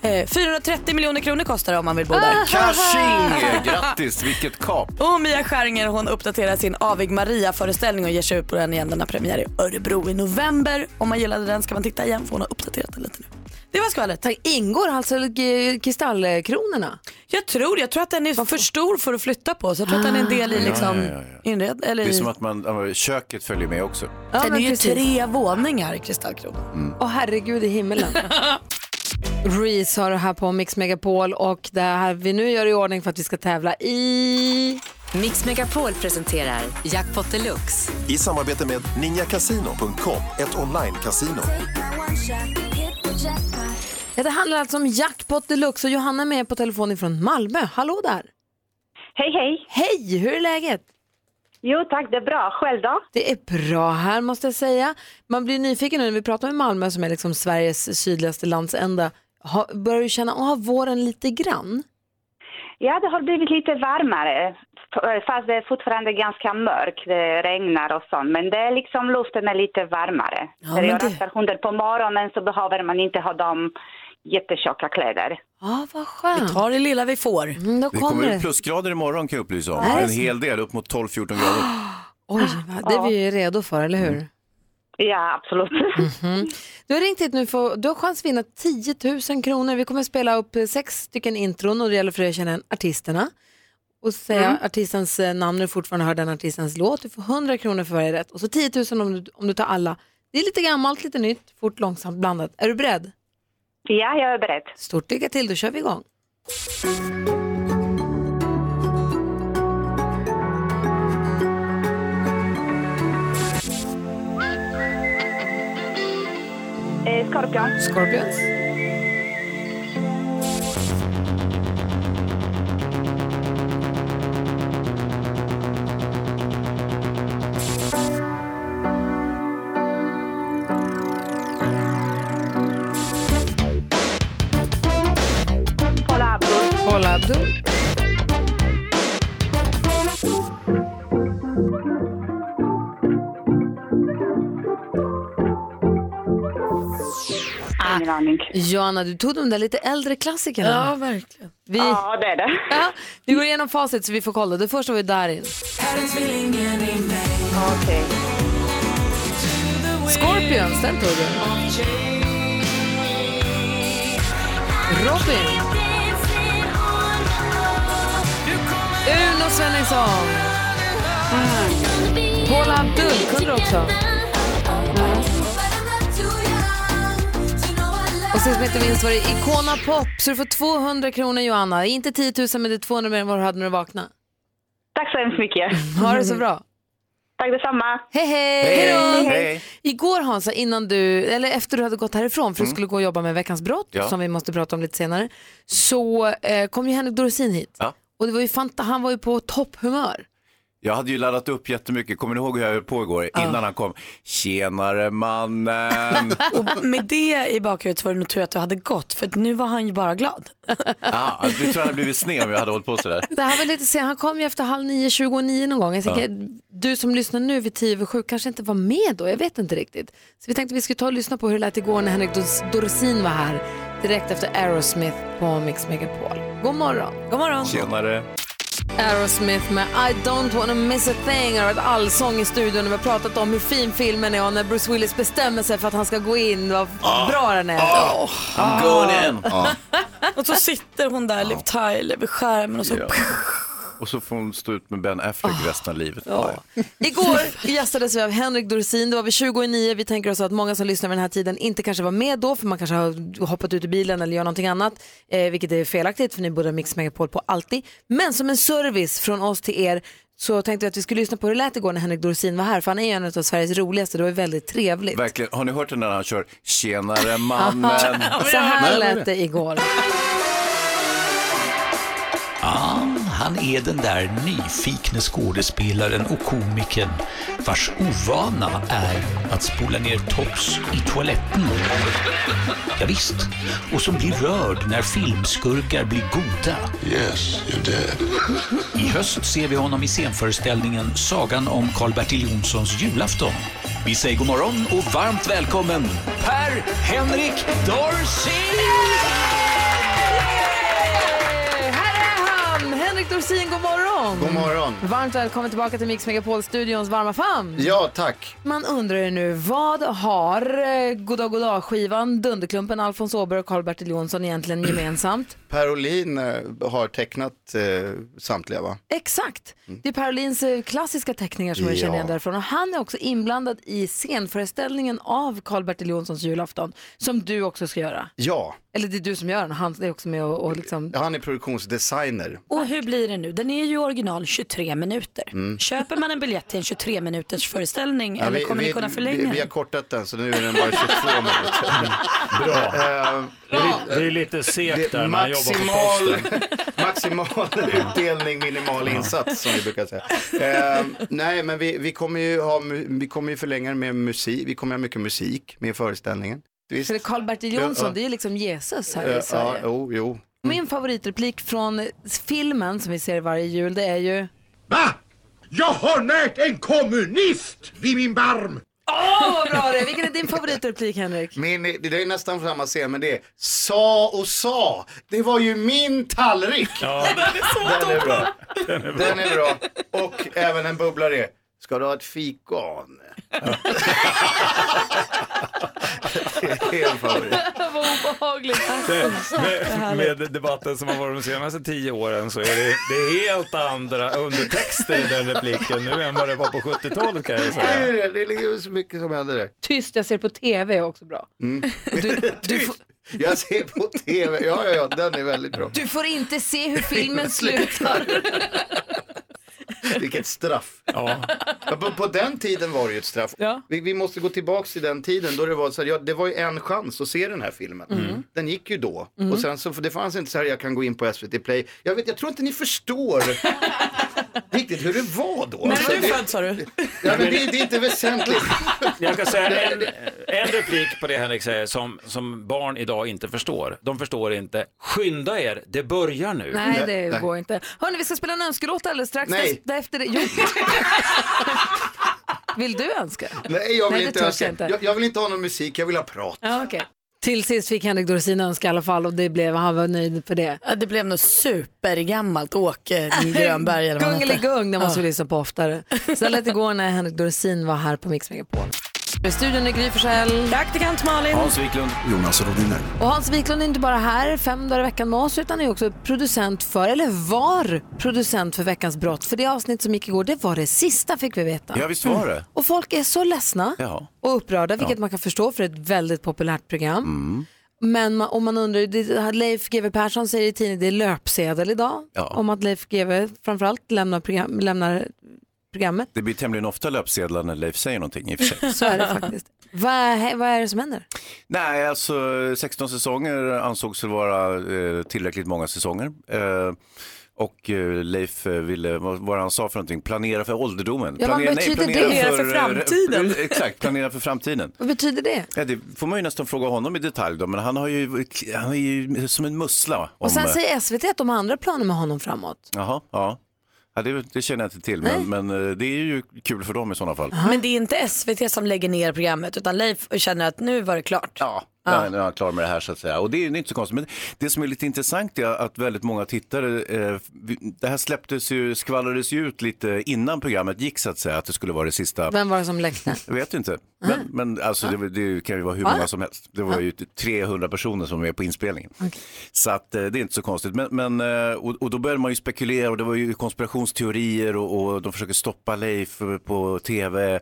Speaker 3: Eh, 430 miljoner kronor kostar det om man vill bo där.
Speaker 4: Kaching! *laughs* Grattis, vilket kap.
Speaker 3: Och Mia Skäringer hon uppdaterar sin Avig Maria-föreställning och ger sig ut på den igen. Den har premiär i Örebro i november. Om man gillade den ska man titta igen för hon har uppdaterat den lite nu. Det var skvallret.
Speaker 2: Ingår alltså g- kristallkronorna?
Speaker 3: Jag tror Jag tror att den är för stor för att flytta på så jag tror att den är en del i
Speaker 4: Ah.
Speaker 3: liksom
Speaker 4: *gasps* Ja, ja,
Speaker 3: inred... Eller
Speaker 4: Det är
Speaker 3: i...
Speaker 4: som att man, ja, köket följer med också.
Speaker 3: den är
Speaker 2: men
Speaker 3: ju
Speaker 2: precis.
Speaker 3: tre våningar Kristallkronan.
Speaker 2: Åh herregud i himmelen. *laughs* Reese har det här på Mix Megapol och det här vi nu gör i ordning för att vi ska tävla i...
Speaker 1: Mix Megapol presenterar Jackpot Deluxe.
Speaker 9: I samarbete med ninjakasino.com, ett online-casino.
Speaker 2: Ja, det handlar alltså om Jackpot Deluxe och Johanna är med på telefon ifrån Malmö. Hallå där!
Speaker 5: Hej, hej!
Speaker 2: Hej, hur är läget?
Speaker 5: Jo tack, det är bra. Själv då?
Speaker 2: Det är bra här måste jag säga. Man blir nyfiken nu när vi pratar med Malmö som är liksom Sveriges sydligaste landsända. Ha, börjar du känna av våren lite grann?
Speaker 5: Ja, det har blivit lite varmare. f- Fast det är fortfarande ganska mörkt. Det regnar och sånt. Men det är liksom luften är lite varmare.
Speaker 2: Ja,
Speaker 5: När
Speaker 2: men
Speaker 5: jag
Speaker 2: det-
Speaker 5: rastar hundar på morgonen så behöver man inte ha de jättetjocka kläder.
Speaker 2: Ja, vad skönt.
Speaker 3: Vi tar det lilla vi får.
Speaker 2: Mm, då
Speaker 4: Det kommer
Speaker 2: kommer
Speaker 4: ut
Speaker 2: det.
Speaker 4: plusgrader imorgon kan jag upplysa om.
Speaker 2: Är det
Speaker 4: En
Speaker 2: så?
Speaker 4: hel del, upp mot 12-14 grader.
Speaker 2: Oj, vad- det är vi ju redo för, eller
Speaker 3: Mm.
Speaker 2: hur?
Speaker 5: Ja, absolut.
Speaker 2: Mm. Du har ringt hit nu för du har chans att vinna 10 000 kronor. Vi kommer att spela upp eh, sex stycken intron och det gäller för dig att känna igen artisterna. Och säga
Speaker 3: Mm.
Speaker 2: artistens eh, namn när du fortfarande hör den artistens låt. Du får 100 kronor för varje rätt och så 10 000 om du, om du tar alla. Det är lite gammalt, lite nytt, fort, långsamt blandat. Är du beredd?
Speaker 5: *laughs* Ja, jag är beredd.
Speaker 2: Stort lycka till, då kör vi igång.
Speaker 5: Eh, Skorpion.
Speaker 2: Scorpions.
Speaker 5: Paula Abdul.
Speaker 2: Paula Abdul.
Speaker 5: Ingen aning.
Speaker 2: Ah. Joanna, du tog de där lite äldre klassikerna.
Speaker 3: verkligen.
Speaker 2: Vi...
Speaker 5: Ja, det är det.
Speaker 2: Ja, vi går igenom facit så vi får kolla. Det första var ju Darin.
Speaker 5: Okej.
Speaker 2: Scorpions, den tog du. Robin. Uno Svenningsson. Paula Abdul kunde du också. Och sist men inte minst var det Icona Pop. Så du får 200 kronor Johanna. Inte 10 000 men det är 200 mer än vad du hade när du vaknade.
Speaker 5: Tack så hemskt mycket.
Speaker 2: Ha det så bra.
Speaker 5: Tack detsamma.
Speaker 2: Mm. Hej *gasps* hej!
Speaker 5: Hej.
Speaker 2: Hej då!
Speaker 5: Hej.
Speaker 2: Igår Hansa, innan du, eller efter du hade gått härifrån för du skulle gå och jobba med Veckans brott
Speaker 1: Ja.
Speaker 2: som vi måste prata om lite senare så eh, kom ju Henrik Dorsin hit.
Speaker 4: Ja.
Speaker 2: Och det var ju fanta, han var ju på topphumör.
Speaker 4: Jag hade ju laddat upp jättemycket. Kommer ni ihåg hur jag höll på igår innan han kom? Tjenare
Speaker 2: *laughs*
Speaker 4: mannen!
Speaker 3: Och *laughs* med det i bakhuvudet var det nog tur att du hade gått för att nu var han ju bara glad.
Speaker 4: ah, du tror jag hade blivit sned om jag hade hållit på sådär.
Speaker 2: Det här var lite sen, han kom ju efter halv nio, tjugo och nio någon gång. Jag tänker, Du som lyssnar nu vid tio över sju kanske inte var med då, jag vet inte riktigt. Så vi tänkte vi skulle ta och lyssna på hur det lät igår när Henrik Dors- Dorsin var här direkt efter Aerosmith på Mix Megapol. God morgon! God morgon!
Speaker 4: Tjenare!
Speaker 2: Aerosmith med I don't wanna miss a thing. Det har varit allsång i studion och vi har pratat om hur fin filmen är och när Bruce Willis bestämmer sig för att han ska gå in. Vad bra den är.
Speaker 3: Ah.
Speaker 4: I'm going in!
Speaker 3: Och så sitter hon där, Liv Tyler, vid skärmen och så...
Speaker 4: Och så får hon stå ut med Ben Affleck
Speaker 2: Ah.
Speaker 4: resten av livet.
Speaker 2: Igår gästades vi av Henrik Dorsin. Det var vid 29. Vi tänker oss att många som lyssnar vid den här tiden inte kanske var med då för man kanske har hoppat ut ur bilen eller gör någonting annat. Eh, vilket är felaktigt för ni borde ha Mix Megapol på alltid. Men som en service från oss till er så tänkte jag att vi skulle lyssna på hur det lät igår när Henrik Dorsin var här för han är ju en av Sveriges roligaste. Det var ju väldigt trevligt.
Speaker 4: Verkligen. Har ni hört den när han kör
Speaker 10: *laughs*
Speaker 4: “Tjenare mannen”?
Speaker 2: Aha. *laughs* Så här lät det igår.
Speaker 11: Ja, han är den där nyfikne skådespelaren och komikern vars ovana är att spola ner tops i toaletten. Ja, visst, och som blir rörd när filmskurkar blir goda. Yes, you're dead. I höst ser vi honom i scenföreställningen Sagan om Karl-Bertil Jonssons julafton. Vi säger god morgon och varmt välkommen Per Henrik Dorsin!
Speaker 2: Här är han! Henrik Dorsin, god morgon!
Speaker 12: God morgon.
Speaker 2: Varmt välkommen tillbaka till Mix Megapol-studions varma famn.
Speaker 12: Ja, tack.
Speaker 2: Man undrar ju nu, vad har eh, Goddag Goddag-skivan, Dunderklumpen, Alfons Åberg och Karl-Bertil
Speaker 12: *clears throat*
Speaker 2: Jonsson egentligen gemensamt?
Speaker 12: Per Olin eh, har tecknat eh, samtliga, va?
Speaker 2: Exakt! Det är Parolins eh, klassiska teckningar som jag känner
Speaker 12: Mm. Ja.
Speaker 2: igen därifrån. Och han är också inblandad i scenföreställningen av Karl-Bertil Jonssons julafton, som du också ska göra.
Speaker 12: Ja,
Speaker 2: Eller det är du som gör den, han är också med och, och liksom...
Speaker 12: han är produktionsdesigner.
Speaker 3: Och hur blir det nu? Den är ju original 23 minuter. Köper man en biljett till en 23 minuters föreställning
Speaker 12: Mm. Ja,
Speaker 3: eller kommer ni kunna
Speaker 12: vi,
Speaker 3: förlänga
Speaker 12: vi har
Speaker 3: den?
Speaker 12: kortat den så nu är den bara 22
Speaker 10: *laughs*
Speaker 12: minuter.
Speaker 10: Bra.
Speaker 12: Eh,
Speaker 10: Det är lite segt
Speaker 12: det är
Speaker 10: där när man jobbar på
Speaker 12: maximal,
Speaker 10: posten.
Speaker 12: maximal utdelning, minimal insats som vi brukar säga. Eh, nej, men vi, vi, kommer ju ha, mu- vi kommer ju förlänga den med musik. Vi kommer ha mycket musik med i föreställningen. Visst?
Speaker 2: För Karl-Bertil
Speaker 12: Ja,
Speaker 2: Jonsson,
Speaker 12: ja.
Speaker 2: det är ju liksom Jesus här
Speaker 12: Eh,
Speaker 2: i Sverige.
Speaker 12: Ja, jo, Mm. jo.
Speaker 2: Min favoritreplik från filmen som vi ser varje jul, det är ju... Va?
Speaker 13: Jag har närt en kommunist vid min barm!
Speaker 2: Åh, vad bra det är. Vilken är din favoritreplik, Henrik?
Speaker 12: Min, det är nästan samma scen, men det är sa och sa. Det var ju min tallrik. Den är bra. Den är bra. Och även en bubblare. Ska du ha ett fikon? det är en favorit.
Speaker 2: Vad obehagligt.
Speaker 10: Det, med, med debatten som har varit de senaste tio åren så är det, det är helt andra undertexter i den repliken nu än vad det var på 70-talet kan jag
Speaker 12: Det är
Speaker 10: säga.
Speaker 12: ju det. Det ligger ju så mycket som händer där.
Speaker 2: Tyst, jag ser på tv är också bra.
Speaker 12: Mm. Jag ser på tv. Ja, ja, ja, den är väldigt bra.
Speaker 2: Du får inte se hur filmen slutar.
Speaker 12: Vilket straff. Ja, på, på den tiden var det ju ett straff. Vi, vi måste gå tillbaka till den tiden då det var så här, ja, det var ju en chans att se den här filmen.
Speaker 14: Mm.
Speaker 12: Den gick ju då.
Speaker 14: Mm.
Speaker 12: Och sen så, för det fanns inte så här, jag kan gå in på SVT Play. Jag, vet, jag tror inte ni förstår riktigt hur det var då.
Speaker 10: När är
Speaker 12: Alltså,
Speaker 10: du
Speaker 12: det-
Speaker 10: född, sa du?
Speaker 12: Ja, men det, det är inte väsentligt.
Speaker 10: *laughs* Jag kan säga en, en replik på det Henrik säger som, som barn idag inte förstår. De förstår inte, skynda er, det börjar nu.
Speaker 2: Nej, det går inte. Hörni, vi ska spela en önskelåt alldeles strax.
Speaker 10: Nej.
Speaker 2: Därefter det...
Speaker 3: *laughs*
Speaker 2: Jo. Vill du önska?
Speaker 12: Nej, jag vill,
Speaker 2: det
Speaker 12: inte,
Speaker 2: törs
Speaker 12: önska.
Speaker 2: jag inte.
Speaker 12: Jag, jag vill inte ha någon musik, jag vill ha prat.
Speaker 2: Ja, okej. Till sist fick Henrik Dorsin önska i alla fall och det blev, han var nöjd för det.
Speaker 3: Ja, det blev något supergammalt Åke Grönberg eller vad han heter.
Speaker 2: Gung, den måste vi
Speaker 3: Ja.
Speaker 2: lyssna på
Speaker 3: *laughs*
Speaker 2: oftare. Så det lät igår när Henrik Dorsin var här på Mix Megapol. I studion är Gry Forssell. Praktikant Malin.
Speaker 4: Wiklund.
Speaker 15: Jonas Rodiner.
Speaker 2: Och Hans Wiklund är inte bara här fem dagar i veckan med oss utan är också producent för, eller var producent för Veckans brott. För det avsnitt som gick igår, det var det sista fick vi veta.
Speaker 4: Ja, visst var det.
Speaker 2: Och folk är så ledsna
Speaker 4: Ja.
Speaker 2: och upprörda, vilket
Speaker 4: Ja. Mm.
Speaker 2: man kan förstå för ett väldigt populärt program. Men man, om man undrar, det, här Leif GW Persson säger i tidningen, det är löpsedel idag
Speaker 4: Ja.
Speaker 2: om att Leif GW framförallt lämnar, program, lämnar programmet.
Speaker 4: Det blir tämligen ofta löpsedlar när Leif säger någonting i och för sig.
Speaker 2: Så
Speaker 4: *laughs*
Speaker 2: är det faktiskt. Vad, är- vad är det som händer?
Speaker 4: Nej, alltså 16 säsonger ansågs väl vara eh, tillräckligt många säsonger. Eh, och eh, Leif eh, ville, vad vad han sa för någonting, planera för ålderdomen.
Speaker 2: Ja, vad betyder det? Planera för
Speaker 4: eh,
Speaker 2: framtiden.
Speaker 4: *laughs* Exakt, planera för framtiden.
Speaker 2: Vad betyder det?
Speaker 4: Ja, det får man ju nästan fråga honom i detalj då, men han, har ju, han är ju som en mussla. Om, eh,
Speaker 2: Och sen säger SVT att de har andra planer med honom framåt.
Speaker 4: Jaha, ja. ja det, det känner jag inte till, men, men eh, det är ju kul för dem i sådana fall.
Speaker 3: Men det är inte SVT som lägger ner programmet utan Leif känner att nu var det klart.
Speaker 4: Ja. Nej, nu är jag klar med det här så att säga. Och det är ju inte så konstigt. Men det som är lite intressant är att väldigt många tittare, eh, vi- det här släpptes ju, skvallrades ju ut lite innan programmet gick så att säga, att det skulle vara det sista.
Speaker 2: Vem var det som läckte?
Speaker 4: Jag vet inte, men, men alltså, det, det kan ju vara hur
Speaker 2: Ah.
Speaker 4: många som helst. Det var ju 300 personer som var med på inspelningen. Så att, eh, det är inte så konstigt. Men, men, eh, och, och då började man ju spekulera och det var ju konspirationsteorier och, och de försöker stoppa Leif eh, på tv.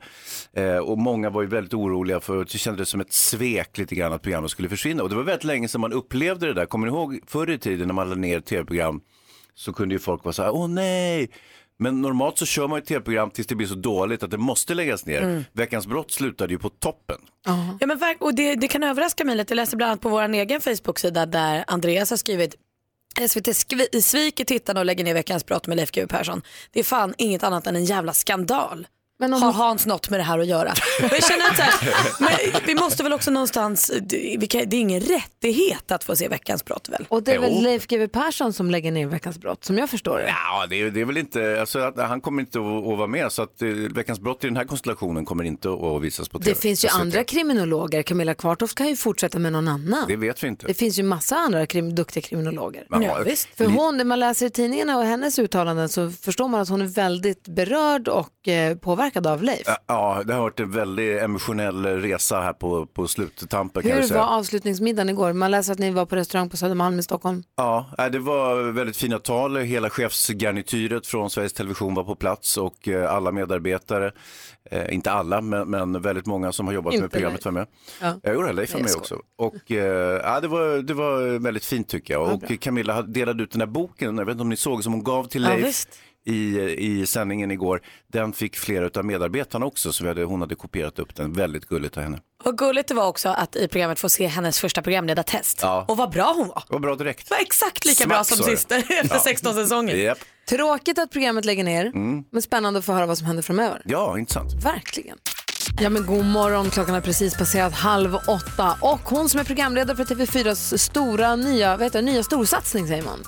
Speaker 4: Eh, och många var ju väldigt oroliga för det kändes som ett svek lite grann att programmet skulle försvinna. Och det var väldigt länge sedan man upplevde det där. Kommer ni ihåg förr i tiden när man lade ner tv-program så kunde ju folk vara så här, åh nej. Men normalt så kör man ju tv-program tills det blir så dåligt att det måste läggas ner.
Speaker 3: Mm.
Speaker 4: Veckans brott slutade ju på toppen.
Speaker 3: Ja, men verk- och det, det kan överraska mig lite. Jag läser bland annat på vår egen Facebook-sida där Andreas har skrivit SVT skvi- sviker tittarna och lägger ner Veckans brott med Leif GW Persson. Det är fan inget annat än en jävla skandal. Har Hans något med det här att göra? Men jag känner att
Speaker 4: *laughs*
Speaker 3: så här, men vi måste väl också någonstans, det, vi kan, det är ingen rättighet att få se Veckans brott väl?
Speaker 2: Och det är väl
Speaker 4: Jo.
Speaker 2: Leif GW Persson som lägger ner Veckans brott, som jag förstår det.
Speaker 4: Ja, det är, det är väl inte, alltså, att, han kommer inte att, att vara med så att eh, Veckans brott i den här konstellationen kommer inte att visas på tv.
Speaker 2: Det finns ju
Speaker 4: Så att-
Speaker 2: andra kriminologer. Camilla Kvartoft kan ju fortsätta med någon annan.
Speaker 4: Det vet vi inte.
Speaker 2: Det finns ju massa andra krim, duktiga kriminologer.
Speaker 4: Ja, Ja, visst.
Speaker 2: För hon, när man läser i tidningarna och hennes uttalanden så förstår man att hon är väldigt berörd och eh, påverkad av Leif.
Speaker 4: Ja, det har varit en väldigt emotionell resa här på, på sluttampen kan jag
Speaker 2: Hur
Speaker 4: säga.
Speaker 2: var avslutningsmiddagen igår? Man läser att ni var på restaurang på Södermalm i Stockholm.
Speaker 4: Ja, nej, det var väldigt fina tal. Hela chefsgarnityret från Sveriges Television var på plats och eh, alla medarbetare, eh, inte alla, men, men väldigt många som har jobbat
Speaker 14: Inte
Speaker 4: med programmet
Speaker 14: Leif.
Speaker 4: var med.
Speaker 14: Ja.
Speaker 4: Jag gjorde Leif var
Speaker 14: Nej,
Speaker 4: med
Speaker 14: jag
Speaker 4: också. Och, eh, ja, det, var, det var väldigt fint tycker jag.
Speaker 14: Ja,
Speaker 4: och
Speaker 14: bra.
Speaker 4: Camilla hade- delade ut den här boken, jag vet inte om ni såg, som hon gav till
Speaker 14: Ja,
Speaker 4: Leif.
Speaker 14: visst.
Speaker 4: i, i sändningen igår, den fick flera av medarbetarna också, så vi hade, hon hade kopierat upp den. Väldigt gulligt av henne.
Speaker 3: Och gulligt det var också att i programmet få se hennes första programledartest.
Speaker 4: Ja.
Speaker 3: Och vad bra hon var.
Speaker 4: Det var bra direkt.
Speaker 3: var exakt lika bra som
Speaker 4: Smack,
Speaker 3: sist
Speaker 4: sa det.
Speaker 3: *laughs* efter
Speaker 4: Ja.
Speaker 3: 16 säsonger.
Speaker 4: Japp.
Speaker 2: Tråkigt att programmet lägger ner,
Speaker 4: Mm.
Speaker 2: men spännande att få höra vad som händer framöver.
Speaker 4: Ja, intressant.
Speaker 2: Verkligen. Ja men god morgon, klockan har precis passerat halv åtta och hon som är programledare för TV4s stora nya, vad heter det, nya storsatsning säger man.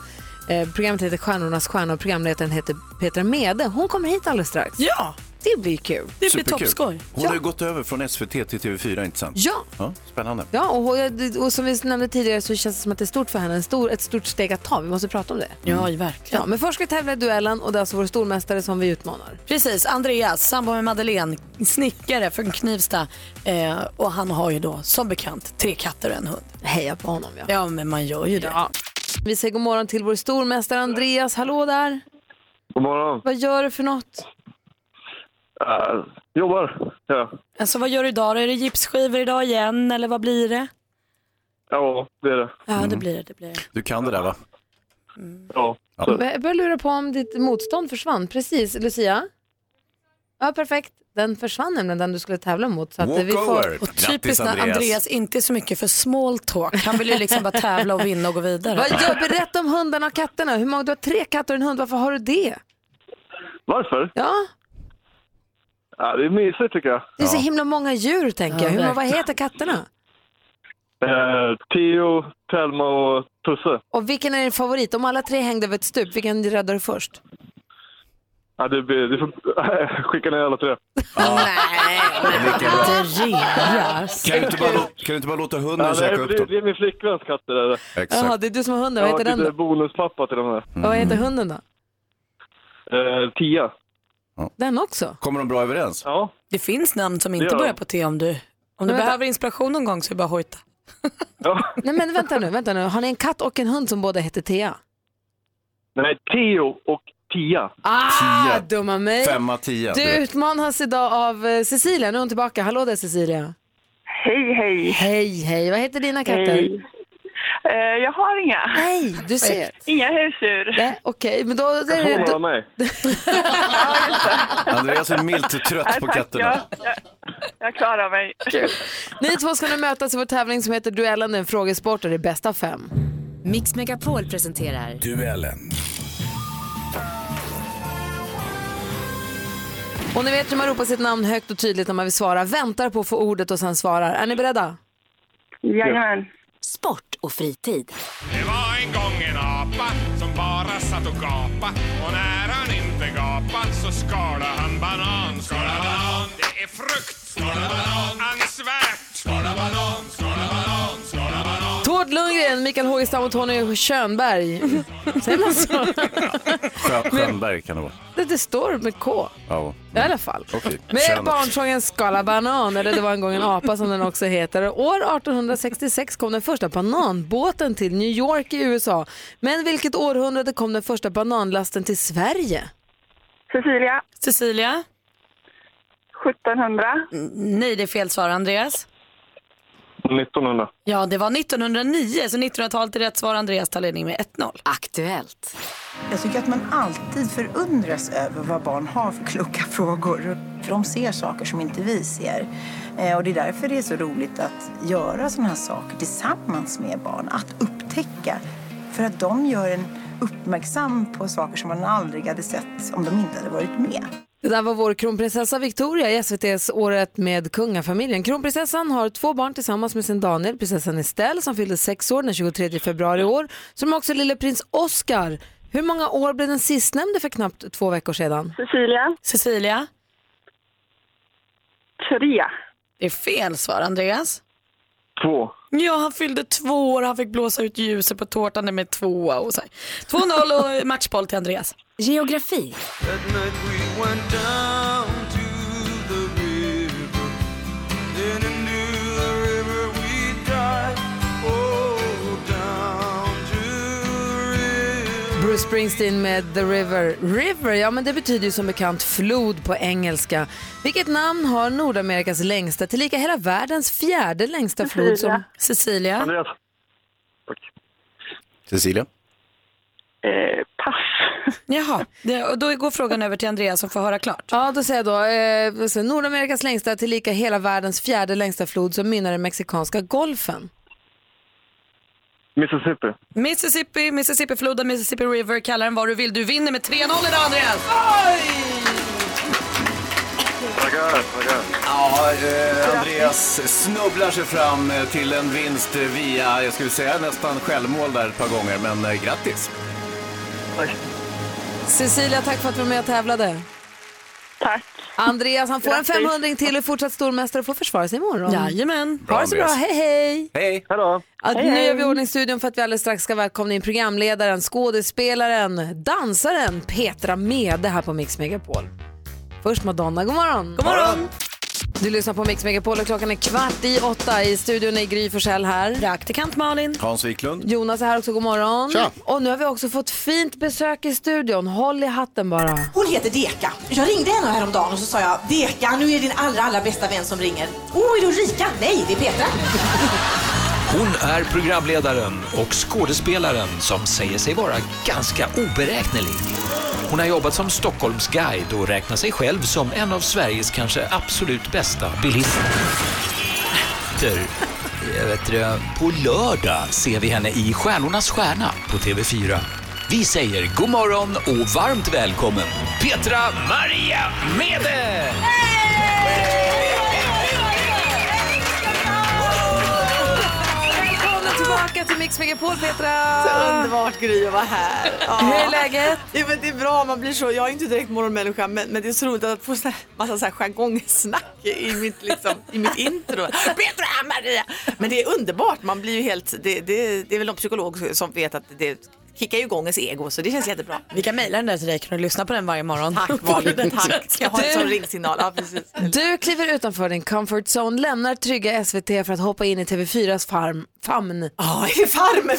Speaker 2: Eh, programmet heter Stjärnornas stjärna och programledaren heter Petra Mede. Hon kommer hit alldeles strax.
Speaker 3: Ja!
Speaker 2: Det blir kul.
Speaker 4: Superkul. Hon har ju gått över från SVT till TV4, inte sant?
Speaker 2: Ja.
Speaker 4: spännande.
Speaker 2: Ja, och, hon- och som vi nämnde tidigare så känns det som att det är stort för henne, en stor, ett stort steg att ta. Vi måste prata om det.
Speaker 3: Ja,
Speaker 4: Mm.
Speaker 3: verkligen.
Speaker 2: Ja, men först ska vi tävla i duellen och det är alltså vår stormästare som vi utmanar.
Speaker 3: Precis, Andreas, sambo med Madeleine, snickare från Knivsta. Eh, och han har ju då som bekant tre katter och en hund.
Speaker 2: Heja på honom ja.
Speaker 3: Ja, men man gör ju det.
Speaker 2: Vi säger god morgon till vår stormästare Andreas. Hallå där!
Speaker 8: God morgon.
Speaker 2: Vad gör du för något?
Speaker 8: Uh, jobbar. Ja.
Speaker 3: Alltså vad gör du idag då? Är det gipsskivor idag igen eller vad blir det?
Speaker 8: ja, det är det.
Speaker 3: Ja, det blir det. det, blir det.
Speaker 4: Du kan det där va?
Speaker 8: Ja.
Speaker 2: Jag börjar lura på om ditt motstånd försvann. Precis, Lucia? Ja, perfekt. Den försvann nämligen, den du skulle tävla mot. Så att vi får...
Speaker 3: Och typiskt när Andreas. inte är så mycket för small talk. Han vill ju liksom bara tävla och vinna och gå vidare.
Speaker 2: Vad gör, berätta om hundarna och katterna. Hur många, du har tre katter och en hund. Varför har du det?
Speaker 8: Varför?
Speaker 2: Ja,
Speaker 8: Ja, det är mysigt tycker jag.
Speaker 2: det är så himla många djur tänker jag. Hur, många- vad heter katterna?
Speaker 8: Eh, Theo, Telma och Tusse.
Speaker 2: Och vilken är din favorit? Om alla tre hängde över ett stup, vilken räddar du först?
Speaker 8: Ja, du, blir- du får *laughs* skicka ner alla tre.
Speaker 2: Andreas.
Speaker 4: Kan du inte bara, lå- kan du inte bara låta hunden
Speaker 8: Ja, det,
Speaker 4: käka
Speaker 8: är,
Speaker 4: upp
Speaker 8: det,
Speaker 4: dem?
Speaker 8: det är min flickväns katt det där.
Speaker 2: Jaha, det är du som har hunden. Vad heter
Speaker 8: jag
Speaker 2: den då?
Speaker 8: är Mm. bonuspappa till de här.
Speaker 2: Vad heter hunden då?
Speaker 8: Eh, tia.
Speaker 2: Den också?
Speaker 4: Kommer de bra överens?
Speaker 8: Ja.
Speaker 3: Det finns namn som inte
Speaker 8: gör de.
Speaker 3: börjar på T om du, om du
Speaker 2: Men vänta.
Speaker 3: behöver inspiration någon gång så är det bara att hojta.
Speaker 2: Nej men vänta nu, vänta nu. Har ni en katt och en hund som båda heter Thea?
Speaker 8: Nej, Theo och Tia.
Speaker 2: Ah, dumma mig.
Speaker 4: Femma, tio.
Speaker 2: Du utmanas idag av eh, Cecilia. Nu är hon tillbaka. Hallå där Cecilia.
Speaker 14: Hej, hej.
Speaker 2: Hej, hej. Vad heter dina katter?
Speaker 14: Hej. Eh, jag har inga.
Speaker 2: Nej, du ser.
Speaker 14: Inga husdjur.
Speaker 2: Nej, Okej, men då... då
Speaker 14: Jag får vara
Speaker 8: med.
Speaker 4: Andreas är milt trött på katterna.
Speaker 14: Jag klarar mig.
Speaker 2: Ni två ska nu mötas i vår tävling som heter Duellen, en frågesport och det är bästa av fem.
Speaker 1: Mix Megapol presenterar
Speaker 16: Duellen.
Speaker 2: Och ni vet hur man ropar sitt namn högt och tydligt när man vill svara. Väntar på att få ordet och sen svarar. Är ni beredda?
Speaker 14: Jajamän.
Speaker 1: Sport och fritid.
Speaker 13: Det var en gång en apa som bara satt och gapa Och när han inte gapade så skalade han banan Skala banan, det är frukt Skala banan, ansvärt Skala banan, skala banan, skala banan
Speaker 2: Tord Lundgren, Mikael Hågestam och Tony *laughs* Könberg. Säger man så?
Speaker 4: Skö- Skönberg kan det vara.
Speaker 2: Det, det står med K.
Speaker 4: Ja.
Speaker 2: I alla fall.
Speaker 4: Okej.
Speaker 2: Med
Speaker 4: Kön också.
Speaker 2: barnsången Skala banan, eller det var en gång en apa som den också heter. År 1866 kom den första bananbåten till New York i USA. Men vilket århundrade kom den första bananlasten till Sverige?
Speaker 14: Cecilia.
Speaker 3: Cecilia?
Speaker 14: 1700.
Speaker 16: Mm.
Speaker 3: Nej, det är fel svar Andreas.
Speaker 8: 1900.
Speaker 3: Ja, det var 1909, så 1900-talet är rätt svar. Andreas tar ledning med 1-0.
Speaker 1: Aktuellt.
Speaker 17: Jag tycker att man alltid förundras över vad barn har för kloka frågor. För de ser saker som inte vi ser. Eh, Och det är därför det är så roligt att göra sådana här saker tillsammans med barn. Att upptäcka. För att de gör en uppmärksam på saker som man aldrig hade sett om de inte hade varit med.
Speaker 2: Det där var vår kronprinsessa Victoria i SVTs Året med kungafamiljen. Kronprinsessan har två barn tillsammans med sin Daniel, prinsessan Estelle som fyllde sex år den 23 februari i år, som också lille prins Oscar. Hur många år blev den sistnämnde för knappt två veckor sedan?
Speaker 14: Cecilia.
Speaker 3: Cecilia?
Speaker 14: Tre.
Speaker 3: Det är fel svar Andreas.
Speaker 8: Två.
Speaker 3: Ja, han fyllde två år, han fick blåsa ut ljuset på tårtan med tvåa och så här. 2-0 och matchboll till Andreas.
Speaker 1: Geografi.
Speaker 13: That night we went down to the river. Then into the river we dived. Oh, down to the river.
Speaker 2: Bruce Springsteen med The River. River, ja men det betyder ju som bekant flod på engelska. Vilket namn har Nordamerikas längsta, tillika hela världens fjärde längsta flod som...
Speaker 3: Cecilia.
Speaker 8: Andreas.
Speaker 4: Cecilia?
Speaker 14: Eh,
Speaker 16: *laughs*
Speaker 3: Jaha, det, och då går frågan över till Andreas som får höra klart.
Speaker 2: Ja, då säger jag då. Eh, vad säger jag? Nordamerikas längsta, tillika hela världens fjärde längsta flod som mynnar i Mexikanska golfen.
Speaker 8: Mississippi.
Speaker 3: Mississippi, Mississippifloden, Mississippi River, kalla den vad du vill. Du vinner med 3-0 idag Andreas.
Speaker 8: Tackar, tackar.
Speaker 4: Ja, eh, Andreas snubblar sig fram eh, till en vinst eh, via, jag skulle säga nästan självmål där ett par gånger, men eh, grattis.
Speaker 2: Cecilia, tack för att du var med och tävlade. Tack. Andreas, han får
Speaker 3: Grattis.
Speaker 2: en 500 till och är fortsatt stormästare och får försvara sig imorgon.
Speaker 3: Jajamän.
Speaker 2: Ha det så bra, hej hej.
Speaker 4: Hej.
Speaker 8: Hallå.
Speaker 2: Att
Speaker 3: Hej,
Speaker 2: nu
Speaker 3: hej.
Speaker 2: gör vi i ordning studion för att vi alldeles strax ska välkomna in programledaren, skådespelaren, dansaren Petra Mede här på Mix Megapol. Först Madonna, god morgon! God morgon! Du lyssnar på Mix Megapol och klockan är kvart i åtta. I studion är Gry Forssell här.
Speaker 3: Praktikant Malin.
Speaker 4: Hans Wiklund.
Speaker 2: Jonas är här också, god morgon.
Speaker 4: Tja.
Speaker 2: Och nu har vi också fått fint besök i studion. Håll i hatten bara.
Speaker 18: Hon heter Deka. Jag ringde henne häromdagen och så sa jag Deka, nu är det din allra, allra bästa vän som ringer. Åh, är det Ulrika? Nej, det är Petra.
Speaker 11: *laughs* Hon är programledaren och skådespelaren som säger sig vara ganska oberäknelig. Hon har jobbat som Stockholmsguide och räknar sig själv som en av Sveriges kanske absolut bästa bilister. Där, jag vet det, På lördag ser vi henne i Stjärnornas stjärna på TV4. Vi säger god morgon och varmt välkommen Petra Maria Mede!
Speaker 2: Välkomna tillbaka till Mix Megapol, Petra!
Speaker 16: Så underbart Gry att vara här.
Speaker 2: *laughs* Hur är läget?
Speaker 16: Jo, men det är bra, man blir så. Jag är inte direkt morgonmänniska men, men det är så roligt att få en massa så här jargongsnack i mitt, liksom, i mitt intro. Petra, Maria! Men det är underbart, man blir ju helt, det, det, det är väl någon psykolog som vet att det kickar ju igång ens ego så det känns jättebra.
Speaker 3: Vi kan mejla den där till dig, kan du lyssna på den varje morgon? *laughs*
Speaker 16: Tack Malin, tack. Ska jag ha en sån
Speaker 2: Du-
Speaker 16: ringsignal? Ja, precis.
Speaker 2: Du kliver utanför din comfort zone, lämnar trygga SVT för att hoppa in i TV4s farm,
Speaker 16: *laughs*
Speaker 2: famn.
Speaker 16: Ja, i farmen!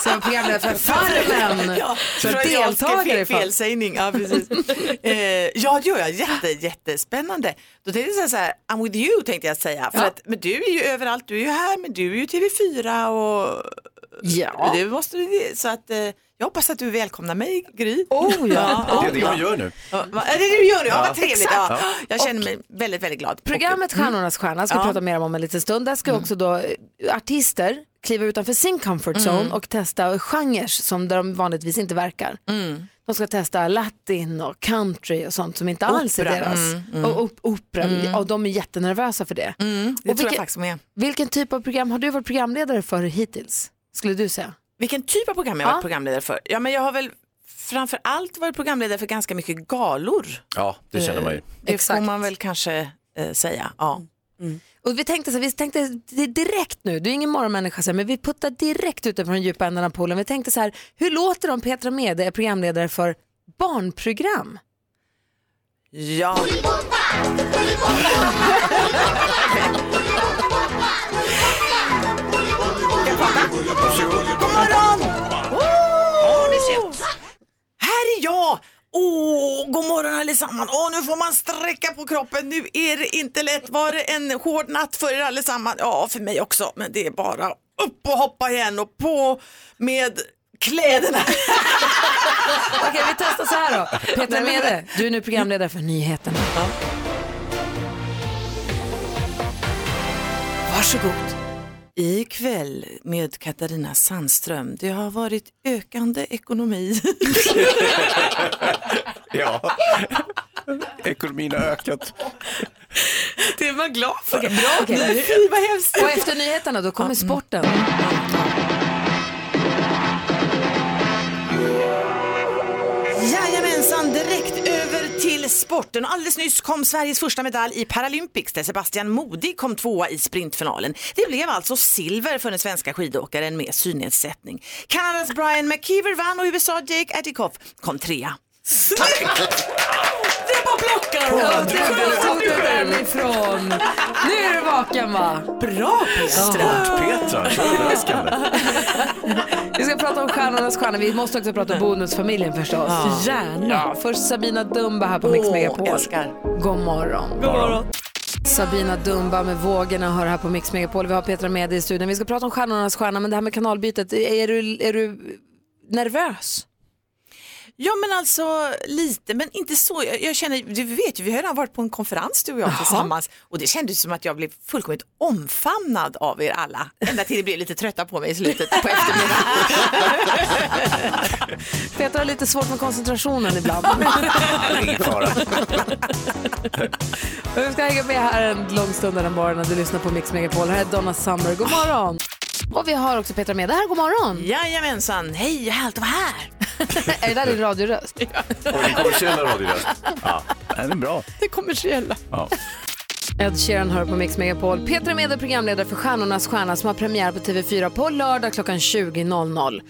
Speaker 2: Som programledare för Farmen.
Speaker 16: Ja,
Speaker 2: För
Speaker 16: tror jag
Speaker 2: deltagare
Speaker 16: ska
Speaker 2: i
Speaker 16: fel,
Speaker 2: Farmen.
Speaker 16: Felsägning, ja precis. eh, ja det gör jag, jätte, jättespännande. Då tänkte jag säga så här, I'm with you tänkte jag säga. För att, men du är ju överallt, du är ju här, men du är ju TV4 och
Speaker 2: *laughs* ja.
Speaker 16: du måste, så att eh, jag hoppas att du välkomnar mig Gry.
Speaker 2: Oh
Speaker 16: *laughs*
Speaker 4: Det är det hon gör nu.
Speaker 16: Ja, va- är det det du gör nu? Ja,
Speaker 4: Ja.
Speaker 16: vad trevligt. Ja.
Speaker 4: Exakt.
Speaker 16: Jag känner mig väldigt, väldigt glad.
Speaker 2: Programmet Stjärnornas stjärna ska
Speaker 16: Mm.
Speaker 2: vi
Speaker 16: Ja. Mm.
Speaker 2: prata mer om en liten stund. Där ska också då eh, artister kliva utanför sin comfort zone
Speaker 16: Mm.
Speaker 2: och testa genrer som där de vanligtvis inte verkar.
Speaker 16: Mm.
Speaker 2: De ska testa latin och country och sånt som inte alls är
Speaker 16: Opera.
Speaker 2: deras.
Speaker 16: Mm, mm.
Speaker 2: Och op- opera,
Speaker 16: Mm.
Speaker 2: och de är jättenervösa för det.
Speaker 16: det tror jag faktiskt med.
Speaker 2: Vilken typ av program har du varit programledare för hittills? Skulle du säga?
Speaker 16: Vilken typ av program jag
Speaker 2: Ja.
Speaker 16: varit programledare för? Ja, men jag har väl framför allt varit programledare för ganska mycket galor.
Speaker 4: Ja, det känner man ju.
Speaker 16: Det får man väl kanske eh, säga. Ja.
Speaker 2: Mm. Och vi tänkte så här, vi tänkte di- direkt nu, du är ingen morgonmänniska, så här, men vi puttar direkt ut från djupa änden av poolen. Vi tänkte så här, hur låter det om Petra Mede är programledare för barnprogram?
Speaker 16: ja. God morgon! Åh, det ser jag. Här är jag! Åh, god morgon allesammans. Åh, nu får man sträcka på kroppen. Nu är det inte lätt. Var det en hård natt för er allesammans? Ja, för mig också. Men det är bara upp och hoppa igen och på med kläderna.
Speaker 2: Okej, vi testar så här då. Petra Mede, du är nu programledare för nyheterna.
Speaker 16: Varsågod. Ikväll med Katarina Sandström. Det har varit ökande ekonomi.
Speaker 4: Ja. *laughs* Ekonomin har ökat.
Speaker 16: det var glad för.
Speaker 2: bra, okej.
Speaker 16: Nej, fy, vad hemskt. mm.
Speaker 2: Och efter nyheterna då kommer sporten.
Speaker 16: Jajamensan, direkt över till sporten. Och Alldeles nyss kom Sveriges första medalj i Paralympics där Sebastian Modig kom tvåa i sprintfinalen. Det blev alltså silver för den svenska skidåkaren med synnedsättning. Kanadas Brian McKeever vann och USA Jake Atikoff kom trea. Det bara plockar
Speaker 2: hon. Ja, det var tog du därifrån. Nu är du vaken va?
Speaker 16: Bra
Speaker 4: Smart Petra, så överraskande.
Speaker 2: Vi ska prata om stjärnornas stjärna. Vi måste också prata om bonusfamiljen förstås.
Speaker 16: Ja.
Speaker 2: Gärna. Ja, först Sabina Dumba här på Mix
Speaker 16: Åh,
Speaker 2: Megapol.
Speaker 16: älskar.
Speaker 2: God morgon. God morgon. Sabina Dumba med vågorna hör här på Mix Megapol. Vi har Petra med i studion. Vi ska prata om stjärnornas stjärna, men det här med kanalbytet, är du, är du nervös?
Speaker 16: Ja men alltså lite, men inte så. Jag, jag känner, du vet ju, vi har redan varit på en konferens du och jag tillsammans och det kändes som att jag blev fullkomligt omfamnad av er alla. Ända till det blev lite trötta på mig i slutet på eftermiddagen.
Speaker 2: Petra har lite svårt med koncentrationen *laughs* ibland.
Speaker 4: Ingen fara.
Speaker 2: Men Vi ska hänga med här en lång stund den morgonen. Du lyssnar på Mix Megapol. Här är Donna Summer. God morgon. Och vi har också Petra med här. God morgon.
Speaker 16: Jajamensan. Hej, härligt att vara här.
Speaker 2: är det där din radioröst?
Speaker 4: Och den kommersiella radiorösten. Ja, den är bra.
Speaker 2: Det kommersiella.
Speaker 4: Ja.
Speaker 2: Ed Sheeran hör på Mix Megapol. Petra Mede är programledare för Stjärnornas stjärna som har premiär på TV4 på lördag klockan 20.00.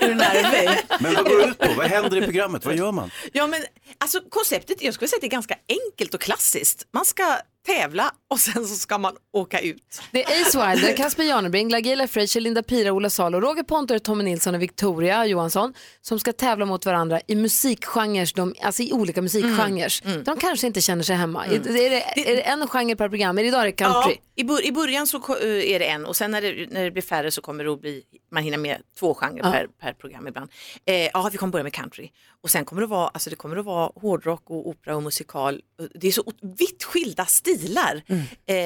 Speaker 16: Är du nära mig?
Speaker 4: Men vad går det ut på? Vad händer i programmet? Vad gör man?
Speaker 16: Ja men alltså konceptet, jag skulle säga att det är ganska enkelt och klassiskt. Man ska tävla och sen så ska man åka ut.
Speaker 2: Det är Ace Wilder, Casper Janebring, Lagila Frazier, Linda Pira, Ola Salo, Roger Pontare, Tommy Nilsson och Victoria Johansson som ska tävla mot varandra i musikgenrer, de, alltså i olika musikgenrer. De kanske inte känner sig hemma. Är, är, det, är det en genre per program? Är det idag är det country?
Speaker 16: Ja, i, bör- I början så ko- eh, är det en och sen när det, när det blir färre så kommer det att bli, man hinner med två genrer
Speaker 2: Ja.
Speaker 16: per, per program ibland. Eh, ja, vi kommer börja med country och sen kommer det att vara, alltså det kommer att vara hårdrock och opera och musikal. Det är så ot- vitt skilda stilar. Eh,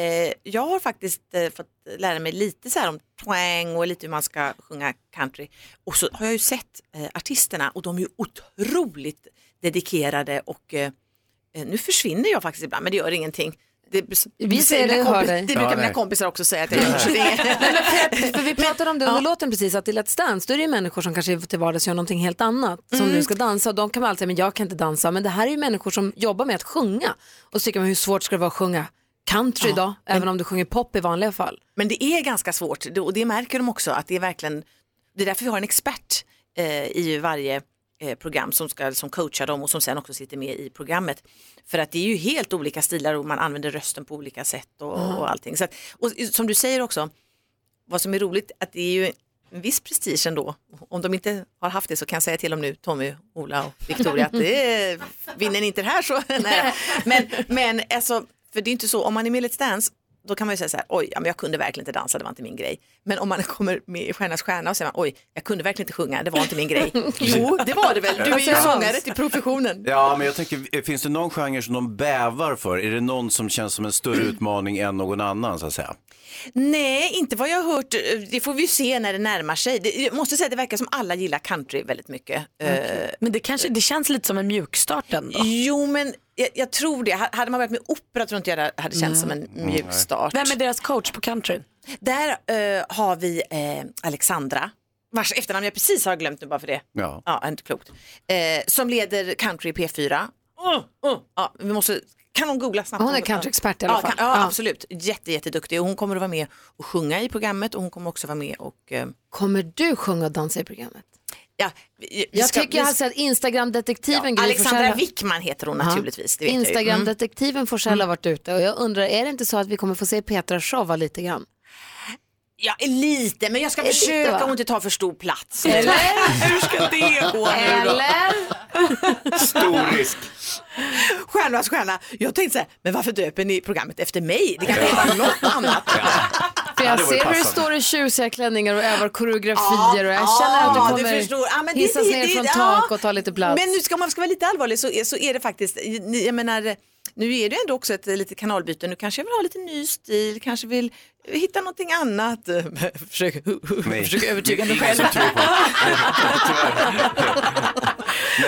Speaker 16: jag har faktiskt eh, fått lära mig lite så här om twang och lite hur man ska sjunga country. Och så har jag ju sett eh, artisterna och de är ju otroligt dedikerade och eh, Eh, Nu försvinner jag faktiskt ibland, men det gör ingenting. det,
Speaker 2: Vi ser
Speaker 16: mina
Speaker 2: dig och
Speaker 16: kompi-
Speaker 2: hör dig.
Speaker 16: Det brukar
Speaker 2: Ja,
Speaker 16: mina
Speaker 2: nej.
Speaker 16: kompisar också säga att jag
Speaker 2: *laughs*
Speaker 16: gör. så det är-
Speaker 2: För vi pratade om det under låten precis, att i Let's Dance då är det ju människor som kanske till vardags gör någonting helt annat som
Speaker 16: Mm.
Speaker 2: nu ska dansa och de kan väl alltid säga men jag kan inte dansa men det här är ju människor som jobbar med att sjunga och så tycker man hur svårt ska det vara att sjunga country då, även om du sjunger pop i vanliga fall.
Speaker 16: Men det är ganska svårt Det- och det märker de också att det är verkligen, det är därför vi har en expert eh, i varje eh, program som ska som coacha dem och som sen också sitter med i programmet. För att det är ju helt olika stilar och man använder rösten på olika sätt och,
Speaker 18: Mm.
Speaker 16: och allting. Så att, och som du säger också, vad som är roligt att det är ju en viss prestige ändå. Om de inte har haft det så kan jag säga till dem nu, Tommy, Ola och Victoria, att det är, vinner ni inte det här så, *laughs* nej. Men, men alltså, för det är inte så, om man är med i Let's Dance, då kan man ju säga så här, oj, ja, men jag kunde verkligen inte dansa, det var inte min grej. Men om man *laughs* kommer med i Stjärnas stjärna och säger, man, oj, jag kunde verkligen inte sjunga, det var inte min grej. Jo, det var det väl, du är ju sångare till professionen.
Speaker 4: Ja, men jag tänker, eh, finns det någon genre som de bävar för? Är det någon som känns som en större utmaning än någon annan så att säga?
Speaker 16: Nej, inte vad jag har hört. Det får vi ju se när det närmar sig. Det, jag måste säga att det verkar som alla gillar country väldigt mycket. Eh,
Speaker 3: Men det kanske det känns lite som en mjukstart ändå.
Speaker 16: Jo, men jag, jag tror det. Ha- Hade man varit med opera tror inte jag det hade känts som en
Speaker 3: Mm,
Speaker 16: mjuk
Speaker 3: nej.
Speaker 16: start.
Speaker 3: Vem är deras coach på country?
Speaker 16: Där eh, har vi eh, Alexandra, vars efternamn jag precis har glömt nu bara för det.
Speaker 4: Ja.
Speaker 16: Ja, inte klokt. Eh, som leder country P4. Oh, oh. Ja, vi måste, kan hon googla snabbt?
Speaker 2: Hon är countryexpert i alla
Speaker 16: ja,
Speaker 2: fall.
Speaker 16: Kan, ja,
Speaker 2: Ja.
Speaker 16: absolut. Jätte, jätteduktig. Och hon kommer att vara med och sjunga i programmet och hon kommer också vara med och... Eh,
Speaker 2: Kommer du sjunga och dansa i programmet?
Speaker 16: ja, vi- vi
Speaker 2: Jag
Speaker 16: ska-
Speaker 2: tycker
Speaker 16: vi-
Speaker 2: alltså att Instagram-detektiven
Speaker 16: ja,
Speaker 2: Gry
Speaker 16: Alexandra
Speaker 2: Forssell-
Speaker 16: Wickman heter hon
Speaker 2: Ja.
Speaker 16: naturligtvis. Det vet jag ju. Mm.
Speaker 2: Instagram-detektiven Forsell har varit ute och jag undrar, är det inte så att vi kommer få se Petra showa lite grann?
Speaker 16: Ja, lite, men jag ska
Speaker 2: Lite,
Speaker 16: försöka
Speaker 2: va?
Speaker 16: och inte ta för stor plats.
Speaker 2: Eller?
Speaker 16: *laughs* Hur ska det gå nu då?
Speaker 4: Stor risk.
Speaker 16: Stjärnornas stjärna. Jag tänkte så här, men varför döper ni programmet efter mig? Det
Speaker 2: *laughs*
Speaker 16: kan heta något annat.
Speaker 2: För
Speaker 16: Ja,
Speaker 2: jag
Speaker 16: det vore
Speaker 2: ser hur du
Speaker 16: passande.
Speaker 2: står i tjusiga klänningar och övar koreografier och jag känner att du
Speaker 16: Ja,
Speaker 2: kommer
Speaker 16: Ah, förstår. Ja, men det-
Speaker 2: hissas
Speaker 16: det-
Speaker 2: ner
Speaker 16: det-
Speaker 2: från
Speaker 16: ja.
Speaker 2: tak och ta lite plats.
Speaker 16: Men nu ska om man ska vara lite allvarlig så är, så är det faktiskt, ni- jag menar, nu är det ändå också ett litet kanalbyte. Nu kanske jag vill ha lite ny stil, kanske vill hitta någonting annat. *laughs* Försök, försök övertyga mig själv. *laughs*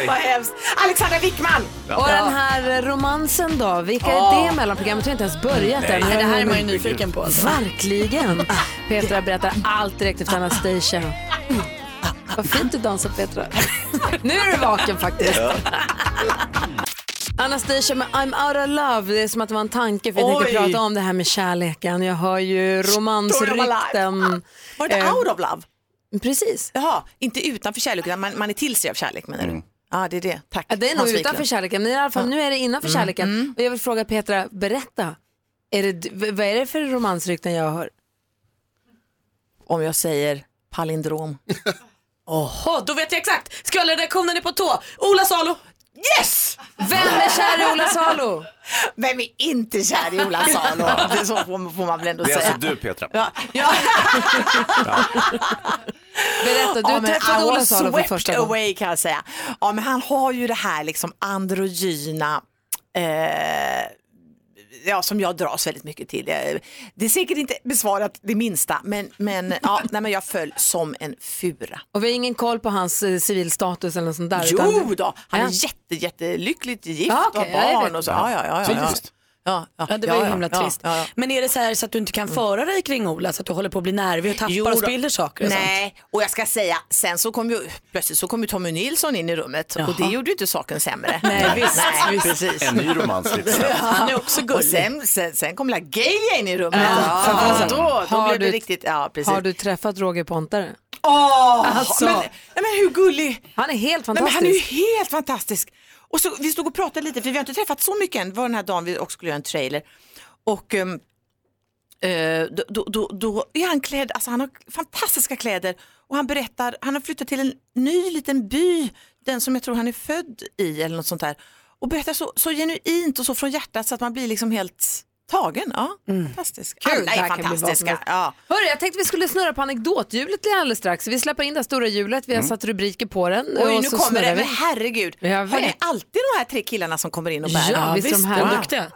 Speaker 16: Vad hemskt. Alexandra Wickman!
Speaker 2: Och
Speaker 16: Ah.
Speaker 2: den här romansen då, vilka är det mellan programmet? Vi har inte ens börjat
Speaker 3: Nej.
Speaker 2: än.
Speaker 3: Nej, det här är man ju nyfiken
Speaker 2: Mm.
Speaker 3: på, alltså.
Speaker 2: Verkligen. Petra berättar allt direkt efter Anastasia. Vad fint du dansar Petra. Nu är du vaken faktiskt. Anastasia med I'm out of love, det är som att det var en tanke för jag tänkte
Speaker 16: Oj.
Speaker 2: prata om det här med kärleken. Jag har ju romansrykten.
Speaker 16: Var det
Speaker 2: Eh,
Speaker 16: out of love?
Speaker 2: Precis.
Speaker 16: Jaha, inte utanför kärlek utan man, man är till sig av kärlek menar du? Ja, det är det. Tack.
Speaker 2: Ja, det är nog
Speaker 16: Hans
Speaker 2: utanför
Speaker 16: Wiklund.
Speaker 2: kärleken, men i alla fall, nu är det innanför
Speaker 16: Mm.
Speaker 2: kärleken. Och jag vill fråga Petra, berätta. Är det, v- vad är det för romansrykten jag hör?
Speaker 16: Om jag säger *laughs* palindrom.
Speaker 3: Åh, då vet jag exakt. Skvallerredaktionen är på tå. Ola Salo.
Speaker 16: Yes!
Speaker 2: Vem är kär i Ola Salo?
Speaker 16: Vem är inte kär *laughs* i Ola Salo? Det är så får, får man väl ändå
Speaker 4: Det är
Speaker 16: säga.
Speaker 4: alltså du Petra.
Speaker 16: Ja, ja.
Speaker 2: Berätta, du
Speaker 16: men
Speaker 2: träffade
Speaker 16: I
Speaker 2: Ola
Speaker 16: was
Speaker 2: Salo för
Speaker 16: swept
Speaker 2: första gången.
Speaker 16: away kan jag säga. Ja, men han har ju det här liksom androgyna eh, ja, som jag dras väldigt mycket till. Eh, Det är säkert inte besvarat det minsta, men, men,
Speaker 3: *laughs*
Speaker 16: ja, nej, men jag föll som en fura.
Speaker 2: Och vi har ingen koll på hans eh, civilstatus eller något sånt där?
Speaker 16: Jo då, han är
Speaker 2: Ja.
Speaker 16: jätte, jättelyckligt gift
Speaker 2: Ja,
Speaker 16: och
Speaker 2: okej,
Speaker 16: har
Speaker 2: ja, jag
Speaker 16: barn
Speaker 2: vet.
Speaker 16: och så. Ja, ja, ja, ja, ja.
Speaker 3: Typiskt.
Speaker 16: Ja, ja,
Speaker 3: Ja, det var
Speaker 16: ja,
Speaker 3: ju
Speaker 16: ja,
Speaker 3: himla
Speaker 16: ja,
Speaker 3: trist.
Speaker 16: ja, ja.
Speaker 3: Men är det så här så att du inte kan föra dig kring Ola så att du håller på att bli nervig och tappar
Speaker 16: Jo
Speaker 3: och
Speaker 16: då.
Speaker 3: spiller saker och
Speaker 16: Nej, och jag ska säga, sen så kom ju, plötsligt så kom ju Tommy Nilsson in i rummet och det gjorde ju inte saken sämre.
Speaker 3: Nej,
Speaker 16: *laughs*
Speaker 3: visst,
Speaker 16: Nej,
Speaker 3: visst.
Speaker 16: precis.
Speaker 3: En ny romans lite snabbt.
Speaker 16: Han är också gullig. Och sen, sen, sen kom LaGaia in i rummet.
Speaker 2: Ja,
Speaker 16: Ja,
Speaker 2: alltså,
Speaker 16: då, då
Speaker 2: har
Speaker 16: blev det
Speaker 2: du-
Speaker 16: riktigt, ja precis.
Speaker 2: Har du träffat Roger Pontare?
Speaker 16: Åh,
Speaker 2: Alltså.
Speaker 16: men, nej, men hur gullig.
Speaker 2: Han är helt
Speaker 16: Nej, men han är ju
Speaker 2: fantastisk.
Speaker 16: helt fantastisk. Och så, vi stod och pratade lite, för vi har inte träffat så mycket än. Det var den här dagen vi också skulle göra en trailer. Och ehm, eh, då, då, då, då är han klädd, alltså han har fantastiska kläder. Och han berättar, han har flyttat till en ny liten by, den som jag tror han är född i eller något sånt där. Och berättar så, så genuint och så från hjärtat så att man blir liksom helt tagen. Ja, fantastisk.
Speaker 2: Mm. Kul,
Speaker 16: Alla
Speaker 2: det här
Speaker 16: är
Speaker 2: kan bli vad som
Speaker 16: fantastiska.
Speaker 2: helst.
Speaker 16: Ja.
Speaker 2: Hörru, jag tänkte vi skulle snurra på anekdothjulet lite alldeles strax. Vi släpper in det här stora hjulet, vi har satt rubriker på den.
Speaker 16: Oj,
Speaker 2: och
Speaker 16: nu
Speaker 2: så
Speaker 16: kommer
Speaker 2: snurrar
Speaker 16: det,
Speaker 2: vi.
Speaker 16: men herregud.
Speaker 2: Jag
Speaker 16: Har ni
Speaker 2: vet.
Speaker 16: alltid de här tre killarna som kommer in och bär?
Speaker 2: Ja, visst är de här
Speaker 16: duktiga.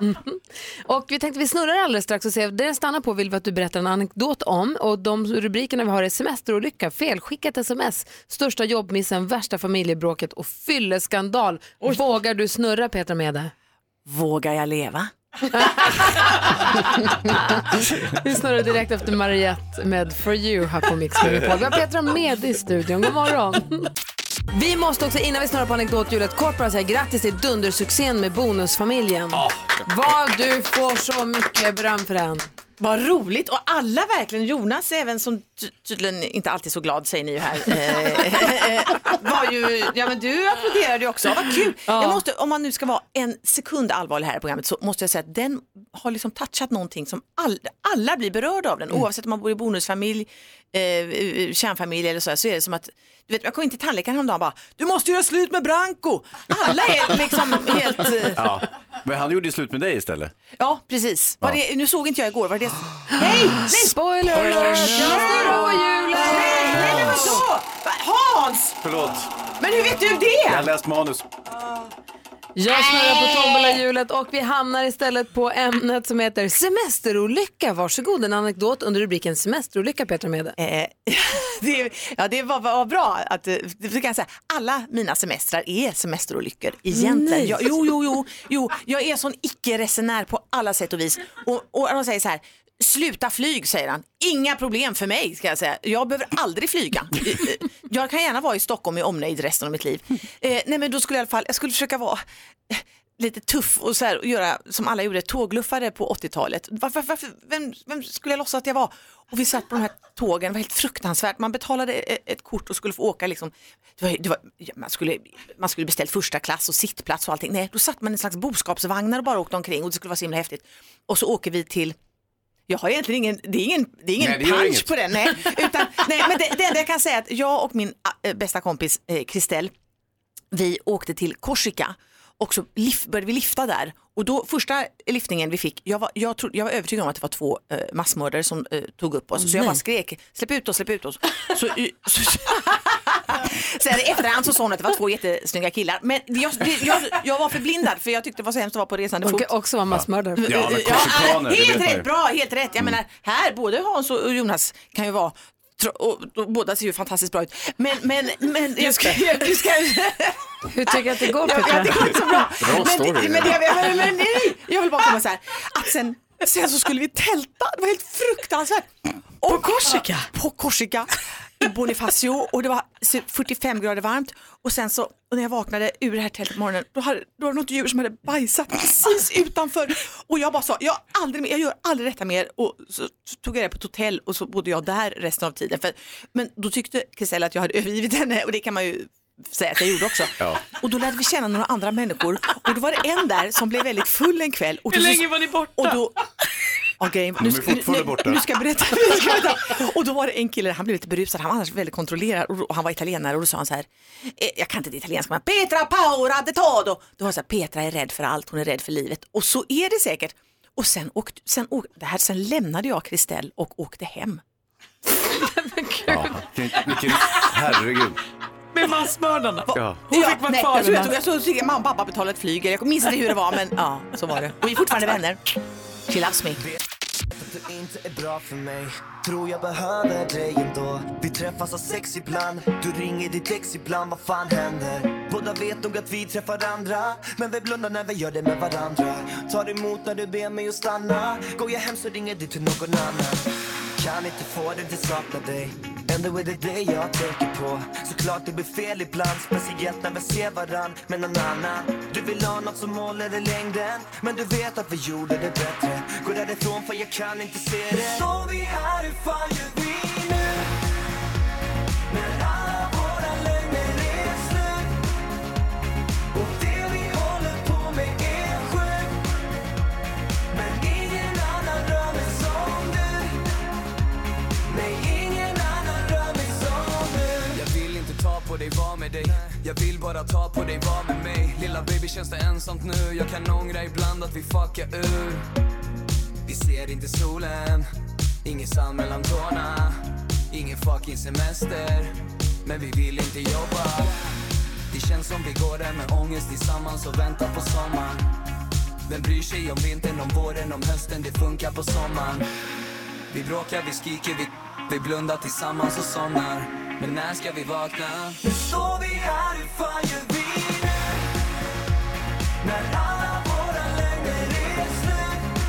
Speaker 2: Och vi tänkte vi snurrar alldeles strax och ser, det jag stannar på vill vi att du berättar en anekdot om och de rubrikerna vi har är semesterolycka, felskickat sms, största jobbmissen, värsta familjebråket och fylleskandal. Vågar du snurra Petra med det?
Speaker 16: Vågar jag leva?
Speaker 2: Vi snurrar direkt efter Mariette med For You här på Mix Megapol. Vi har Petra med i studion. God morgon. Vi måste också innan vi snurrar på anekdothjulet kort bara säga grattis till dundersuccén med Bonusfamiljen. Vad du får så mycket beröm för den.
Speaker 16: Vad roligt och alla verkligen, Jonas även som ty- tydligen inte alltid är så glad säger ni ju här. Eh, eh, var ju, ja men du applåderade ju också, vad kul.
Speaker 2: Ja.
Speaker 16: Jag måste, om man nu ska vara en sekund allvarlig här i programmet så måste jag säga att den har liksom touchat någonting som all, alla blir berörda av den. Oavsett om man bor i bonusfamilj, eh, kärnfamilj eller så här, så är det som att, du vet jag kom in till tandläkaren häromdagen och bara, du måste göra slut med Branko. Alla är liksom helt, eh,
Speaker 4: Ja. Men han gjorde ju slut med dig istället.
Speaker 16: ja precis. Var det, nu såg inte jag igår, var det det?
Speaker 2: Hej! Spoiler alert! Jag snurrar på hjulet!
Speaker 16: Nej, men vadå? Va- Hans!
Speaker 4: Förlåt.
Speaker 16: Men hur vet du
Speaker 4: Jag
Speaker 16: det?
Speaker 4: har läst manus.
Speaker 2: Jag snurrar på tombolahjulet och vi hamnar istället på ämnet som heter semesterolycka. Varsågod, en anekdot under rubriken semesterolycka Petra Mede.
Speaker 16: det, ja, det var, var bra att eh, det kan jag säga. Alla mina semestrar är semesterolyckor egentligen.
Speaker 2: Nej.
Speaker 16: Jag, jo, jo, jo, jo, jag är sån icke-resenär på alla sätt och vis. Och, och de säger så här, sluta flyg säger han. Inga problem för mig ska jag säga. Jag behöver aldrig flyga. Eh, eh, Jag kan gärna vara i Stockholm i omnejd resten av mitt liv. Eh, nej men då skulle jag i alla fall, jag skulle försöka vara eh, lite tuff och så här, och göra som alla gjorde, tågluffare på 80-talet. Varför, varför, vem, vem skulle jag låtsas att jag var? Och vi satt på de här tågen, det var helt fruktansvärt. Man betalade e- ett kort och skulle få åka liksom, det var, det var, ja, man, skulle, man skulle beställt första klass och sittplats och allting. Nej, då satt man i en slags boskapsvagnar och bara åkte omkring och det skulle vara så himla häftigt. Och så åker vi till jag har egentligen ingen, det är ingen, det är ingen
Speaker 18: Nej, det gör
Speaker 16: punch
Speaker 18: inget.
Speaker 16: på den. Nej, utan, nej, men det, det enda jag kan säga är att jag och min äh, bästa kompis eh, Christelle, vi åkte till Korsika och så lif- började vi lifta där. Och då första liftningen vi fick, jag var, jag trodde, jag var övertygad om att det var två eh, massmördare som eh, tog upp oss.
Speaker 18: Åh,
Speaker 16: så jag
Speaker 18: nej.
Speaker 16: bara skrek, släpp ut oss, släpp ut oss. Så, y- så, Sen i efterhand Alltså, så sa hon att det var två jättesnygga killar. Men jag, det- jag, jag var förblindad för jag tyckte det var så hemskt att vara på resande fot.
Speaker 2: Och också vara massmördare.
Speaker 16: Ja, men korsikaner, det Helt rätt, bra, Mm. helt rätt. Jag menar, här, både Hans och Jonas kan ju vara tro- och, och, båda ser ju fantastiskt bra ut. Men, men, men jag ska, jag ska...
Speaker 2: Hur tycker du att det går
Speaker 16: Ja,
Speaker 2: Petra?
Speaker 16: det går inte så bra.
Speaker 2: Bra
Speaker 16: men,
Speaker 2: story,
Speaker 16: Men,
Speaker 2: det.
Speaker 16: men, men, men nej, jag vill bara komma så här. Att sen, sen så skulle vi tälta, det var helt fruktansvärt. Och, på Korsika? På Korsika, i Bonifacio och det var så 45 grader varmt. Och sen så, och när jag vaknade ur det här tältet på morgonen, då, hade, då var det något djur som hade bajsat precis utanför. Och jag bara sa, jag, har aldrig, mer- jag gör aldrig detta mer. Och så tog jag det på ett hotell och så bodde jag där resten av tiden. För, men då tyckte Christelle att jag hade övergivit henne och det kan man ju säga att jag gjorde också. Och då lärde vi känna några andra människor och då var det en där som blev väldigt full en kväll. Och
Speaker 18: Hur
Speaker 16: då så-
Speaker 18: länge var ni borta?
Speaker 16: Och då, Ja, grejen, nu,
Speaker 18: De är
Speaker 16: ska-
Speaker 18: fortfarande
Speaker 16: nu,
Speaker 18: borta.
Speaker 16: nu ska jag berätta. Nu ska jag berätta. Och då var det en kille, han blev lite berusad, han var annars väldigt kontrollerad och då- och han var italienare och då sa han så här, eh, jag kan inte det italienska, men Petra paura de todo. Då var det så här, Petra är rädd för allt, hon är rädd för livet och så är det säkert. Och sen, åkte, sen, åk- det här, sen lämnade jag Kristel och åkte hem.
Speaker 4: Ja, vilken, vilken, herregud.
Speaker 16: Med massmördarna?
Speaker 4: Ja.
Speaker 18: Hon fick vara kvar
Speaker 16: Jag
Speaker 18: den
Speaker 16: tror jag, jag, jag, jag, jag, mamma och pappa betalade ett flyg, eller jag minns inte hur det var men ja, så var det. Och vi är fortfarande vänner. She loves me.
Speaker 19: att du inte är bra för mig Tror jag behöver dig ändå Vi träffas av sex ibland Du ringer ditt ex ibland, vad fan händer? Båda vet nog att vi träffar andra Men vi blundar när vi gör det med varandra Tar emot när du ber mig att stanna Går jag hem så ringer du till någon annan Kan inte få det till sakna dig Ändå är det det jag tänker på Såklart det blir fel ibland Speciellt när vi ser varann med någon annan Du vill ha något som håller i längden Men du vet att vi gjorde det bättre Gå därifrån för jag kan inte se det Står vi här, hur fan gör vi nu? När alla våra lögner är slut Och det vi håller på med är sjukt Men ingen annan rör mig som du Nej, ingen annan rör mig som du
Speaker 20: Jag vill inte ta på dig, var med dig Jag vill bara ta på dig, var med mig Lilla baby, känns det ensamt nu? Jag kan ångra ibland att vi fuckar ur Vi ser inte solen Ingen sand mellan tårna Ingen fucking semester Men vi vill inte jobba Det känns som vi går där med ångest tillsammans och väntar på sommaren Vem bryr sig om vintern, om våren, om hösten? Det funkar på sommaren vi bråkar, vi skriker, vi, vi blundar tillsammans och somnar Men när ska vi vakna?
Speaker 19: Nu står vi här, hur fan gör vi nu? När alla våra lögner är slut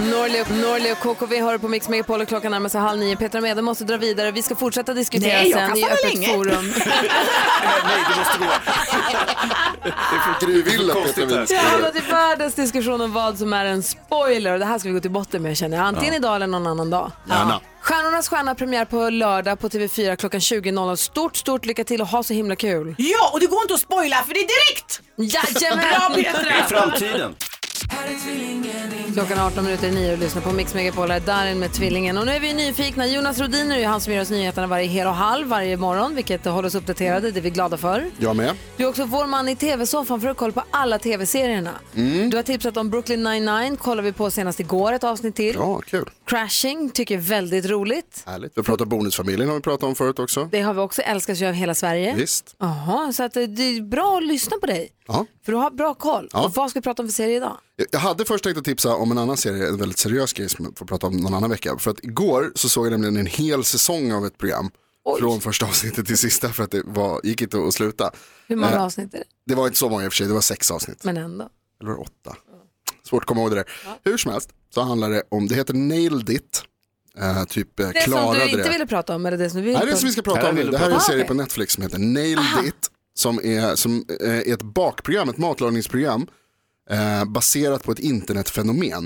Speaker 2: Norli, Norli och KKV hör på Mix Megapol och klockan närmar sig halv nio. Petra Mede måste dra vidare. Vi ska fortsätta diskutera
Speaker 16: Nej, jag
Speaker 2: sen
Speaker 16: kan
Speaker 2: i
Speaker 16: stanna
Speaker 2: öppet
Speaker 16: länge.
Speaker 2: forum.
Speaker 16: *laughs*
Speaker 21: Nej, du måste gå. Det är från gruvilla Petra
Speaker 2: Det har
Speaker 21: Winskog.
Speaker 2: hamnat i världens diskussion om vad som är en spoiler och det här ska vi gå till botten med känner jag. Antingen
Speaker 21: Ja.
Speaker 2: idag eller någon annan dag.
Speaker 21: Gärna.
Speaker 2: Stjärnornas stjärna premiär på lördag på TV4 klockan 20.00. Stort, stort lycka till och ha så himla kul.
Speaker 18: Ja, och det går inte att spoila för det är direkt!
Speaker 2: Jajamän!
Speaker 18: Bra Petra!
Speaker 2: Klockan är 18 minuter i nio och lyssnar på Mix Megapol. Här är Darin med Tvillingen. Och nu är vi nyfikna. Jonas Rodiner är ju han som ger oss nyheterna varje hel och halv varje morgon, vilket håller oss uppdaterade. Det är vi glada för.
Speaker 21: Jag med.
Speaker 2: Du är också vår man i tv-soffan för att kolla på alla tv-serierna.
Speaker 21: Mm.
Speaker 2: Du har tipsat om Brooklyn 99, kollar vi på senast igår ett avsnitt till.
Speaker 21: Ja, kul.
Speaker 2: Crashing tycker jag är väldigt roligt.
Speaker 21: Härligt. Vi har pratat bonusfamiljen har vi pratat om förut också.
Speaker 2: Det har vi också, älskas ju av hela Sverige.
Speaker 21: Visst.
Speaker 2: Jaha, så att eh, det det är bra att lyssna på dig.
Speaker 21: Ja.
Speaker 2: För du har bra koll.
Speaker 21: Ja.
Speaker 2: Och vad ska vi prata om för serie idag?
Speaker 21: Jag- Jag hade först tänkt att tipsa om en annan serie, en väldigt seriös grej som jag får prata om någon annan vecka. För att igår så såg jag nämligen en hel säsong av ett program. Från första avsnittet till sista för att det var, gick inte att sluta.
Speaker 2: Hur många
Speaker 21: Eh,
Speaker 2: avsnitt är det?
Speaker 21: Det var inte så många i och för sig, det var sex avsnitt.
Speaker 2: Men ändå.
Speaker 21: Eller var det åtta? Svårt att komma ihåg det där. Hur som helst så handlar det om, det heter Nailed It. Eh, typ eh,
Speaker 2: Det som
Speaker 21: klarade
Speaker 2: du inte ville prata om eller det som du vill
Speaker 21: Nej, det är det
Speaker 2: prata
Speaker 21: som vi ska
Speaker 2: om?
Speaker 21: prata om nu. Det här är en
Speaker 2: Ah,
Speaker 21: serie
Speaker 2: okej.
Speaker 21: på Netflix som heter Nailed It. Som är, som eh, är ett bakprogram, ett matlagningsprogram eh, baserat på ett internetfenomen.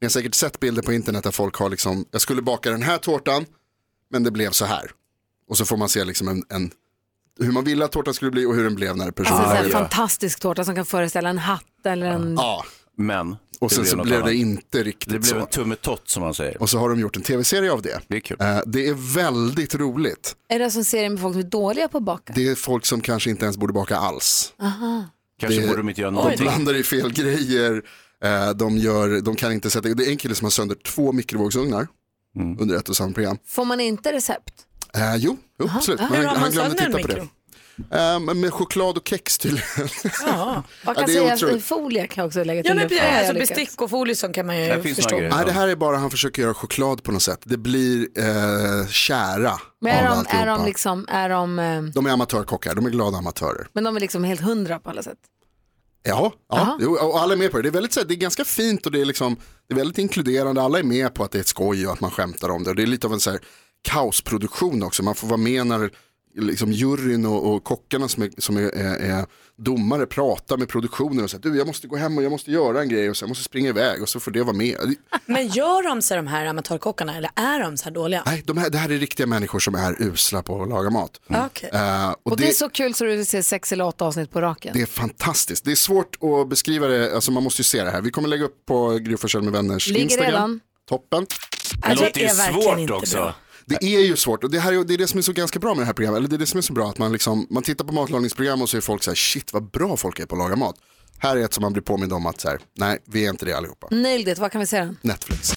Speaker 21: Ni har säkert sett bilder på internet där folk har liksom, jag skulle baka den här tårtan, men det blev så här. Och så får man se liksom en, en hur man ville att tårtan skulle bli och hur den blev när personen
Speaker 2: Alltså, så här,
Speaker 21: började.
Speaker 2: Fantastisk tårta som kan föreställa en hatt eller en...
Speaker 21: Ja.
Speaker 4: Men.
Speaker 21: Och sen
Speaker 4: blev
Speaker 21: så
Speaker 4: något
Speaker 21: blev det
Speaker 4: annat.
Speaker 21: inte riktigt
Speaker 4: Det blev
Speaker 21: så.
Speaker 4: en tummetott som man säger.
Speaker 21: Och så har de gjort en tv-serie av det.
Speaker 4: Det är kul.
Speaker 21: Eh, det är väldigt roligt.
Speaker 2: Är det alltså en serie med folk som är dåliga på att baka?
Speaker 21: Det är folk som kanske inte ens borde baka alls.
Speaker 2: Aha.
Speaker 4: Kanske
Speaker 21: det,
Speaker 4: borde de inte göra
Speaker 21: De
Speaker 4: någonting.
Speaker 21: blandar i fel grejer. Eh, De, gör, de kan inte sätta, det är en kille som har sönder två mikrovågsugnar under ett och samma program.
Speaker 2: Får man inte recept?
Speaker 21: Eh, jo, jo,
Speaker 2: Jaha.
Speaker 21: absolut.
Speaker 2: Ja,
Speaker 21: Men
Speaker 2: hur
Speaker 21: han, han
Speaker 2: har man
Speaker 21: glömde
Speaker 2: sönder
Speaker 21: titta
Speaker 2: en
Speaker 21: på det. Eh, men med choklad och kex tydligen.
Speaker 2: Man
Speaker 21: Ja,
Speaker 2: kan
Speaker 21: det är
Speaker 2: säga
Speaker 21: otroligt.
Speaker 2: att folie kan jag också lägga till.
Speaker 3: Ja, men
Speaker 2: det.
Speaker 3: precis,
Speaker 2: Ja, jag
Speaker 3: alltså
Speaker 2: lyckas.
Speaker 3: bestick och folie som kan man ju förstå.
Speaker 21: Nej, det här är bara han försöker göra choklad på något sätt. Det blir eh, kära
Speaker 2: Men är
Speaker 21: av
Speaker 2: de,
Speaker 21: alltihopa.
Speaker 2: är de liksom, är de, eh,
Speaker 21: de är amatörkockar, de är glada amatörer.
Speaker 2: men de är liksom helt hundra på alla sätt?
Speaker 21: Ja, ja jo, och alla är med på det. Det är, väldigt, så här, det är ganska fint och det är, liksom, det är väldigt inkluderande. Alla är med på att det är ett skoj och att man skämtar om det. Och det är lite av en så här, kaosproduktion också. Man får vara med när liksom, juryn och, och kockarna som, är, som är, eh, är, är domare pratar med produktionen och säger du jag måste gå hem och jag måste göra en grej och så jag måste springa iväg och så får det vara med.
Speaker 3: Men gör de sig de här amatörkockarna eller är de så här dåliga?
Speaker 21: Nej, de här, det här är riktiga människor som är usla på att laga mat.
Speaker 3: Ah, Okej.
Speaker 21: Eh, och
Speaker 2: Och, det, är så kul så du vill se sex eller åtta avsnitt på raken.
Speaker 21: Det är fantastiskt. Det är svårt att beskriva det, alltså man måste ju se det här. Vi kommer lägga upp på Gry Forssell med vänners
Speaker 2: Ligger
Speaker 21: Instagram.
Speaker 2: redan.
Speaker 21: Toppen.
Speaker 2: Det låter ju Det Alltså, är verkligen svårt inte också. bra.
Speaker 21: Det är ju svårt och det, här är, det är det som är så ganska bra med det här programmet. Eller det är det som är så bra att man, liksom, man tittar på matlagningsprogram och så är folk så här shit vad bra folk är på att laga mat. Här är ett som man blir påmind om att så här, nej vi är inte det allihopa.
Speaker 2: Nailed it, vad kan vi säga?
Speaker 21: Netflix.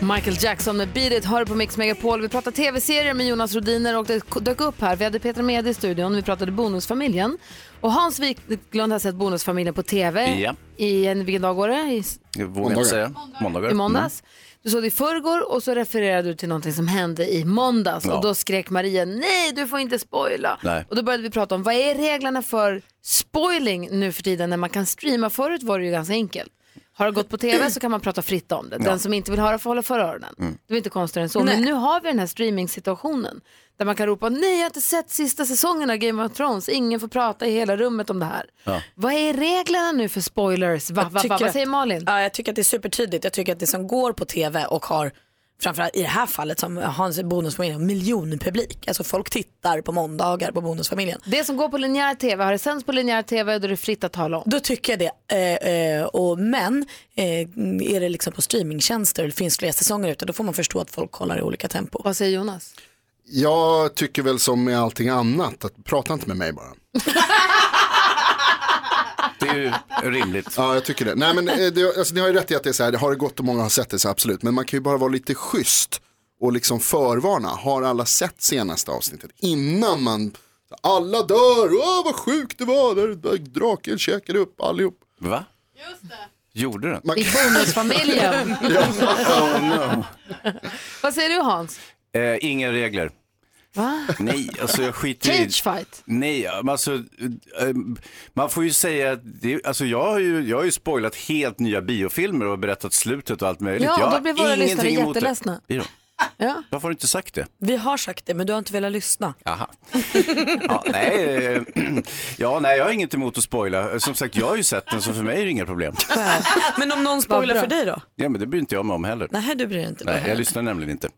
Speaker 2: Michael Jackson med Beat It hör på Mix Megapol. Vi pratar tv-serier med Jonas Rodiner och det dök upp här. Vi hade Petra Mede i studion, vi pratade Bonusfamiljen. Och Hans Wiklund har sett Bonusfamiljen på tv.
Speaker 4: Ja.
Speaker 2: I en, vilken dag går det? I,
Speaker 4: Jag vågar inte säga. Måndagar.
Speaker 2: I måndags. Mm. Du såg det i förrgår och så refererade du till någonting som hände i måndags.
Speaker 4: Ja.
Speaker 2: Och då skrek Maria, nej du får inte spoila.
Speaker 4: Nej.
Speaker 2: Och då började vi prata om, vad är reglerna för spoiling nu för tiden när man kan streama? Förut var det ju ganska enkelt. Har det gått på tv så kan man prata fritt om det. Den
Speaker 4: Ja.
Speaker 2: som inte vill höra får hålla för öronen.
Speaker 4: Mm.
Speaker 2: Det var inte konstigare än så. Men nu har vi den här streaming-situationen. Där man kan ropa, nej jag har inte sett sista säsongen av Game of Thrones. Ingen får prata i hela rummet om det här.
Speaker 4: Ja.
Speaker 2: Vad är reglerna nu för spoilers? Va, va, va,
Speaker 3: tycker
Speaker 2: vad
Speaker 3: att-
Speaker 2: säger Malin?
Speaker 3: Ja, jag tycker att det är supertydligt. Jag tycker att det som går på tv och har, framförallt i det här fallet som Hans i Bonusfamiljen, miljonpublik. Alltså folk tittar på måndagar på Bonusfamiljen.
Speaker 2: Det som går på linjär tv, har det sänds på linjär tv då är det fritt att tala om.
Speaker 3: Då tycker jag det. Eh, eh, och, men eh, är det liksom på streamingtjänster och det finns flera säsonger ute, då får man förstå att folk kollar i olika tempo.
Speaker 2: Vad säger Jonas?
Speaker 21: Jag tycker väl som med allting annat, att prata inte med mig bara.
Speaker 4: *laughs* Det är ju rimligt.
Speaker 21: Ja, jag tycker det. Nej, men eh, det, alltså, ni har ju rätt i att det är så här, det har det gått och många har sett det så absolut. Men man kan ju bara vara lite schysst och liksom förvarna. Har alla sett senaste avsnittet innan man, alla dör, åh vad sjukt det var, där, där draken käkade upp allihop.
Speaker 4: Va? Gjorde den?
Speaker 21: Man...
Speaker 2: I bonusfamiljen.
Speaker 4: oh, no.
Speaker 2: Vad säger du Hans?
Speaker 4: eh, inga regler.
Speaker 22: Va?
Speaker 4: Nej, alltså jag skiter i...
Speaker 2: Cagefight.
Speaker 4: Nej, men alltså, eh, eh, man får ju säga att, det, alltså jag har ju, jag har ju spoilat helt nya biofilmer och berättat slutet och allt möjligt.
Speaker 3: Ja,
Speaker 4: jag
Speaker 3: då
Speaker 4: har
Speaker 3: blir våra lyssnare
Speaker 4: ingenting emot det.
Speaker 3: jätteledsna.
Speaker 4: Blir de?
Speaker 3: Ja.
Speaker 4: Varför har du inte sagt det?
Speaker 3: Vi har sagt det men du har inte velat lyssna.
Speaker 4: Jaha. *laughs* Ja, nej, eh, *clears throat* ja, nej, jag har inget emot att spoila. Som sagt, jag har ju sett den så för mig är det inga problem.
Speaker 3: men om någon spoilar för dig då?
Speaker 4: Ja, men det bryr inte jag mig om heller.
Speaker 3: Nej, du bryr dig inte.
Speaker 4: Nej, jag lyssnar nämligen inte.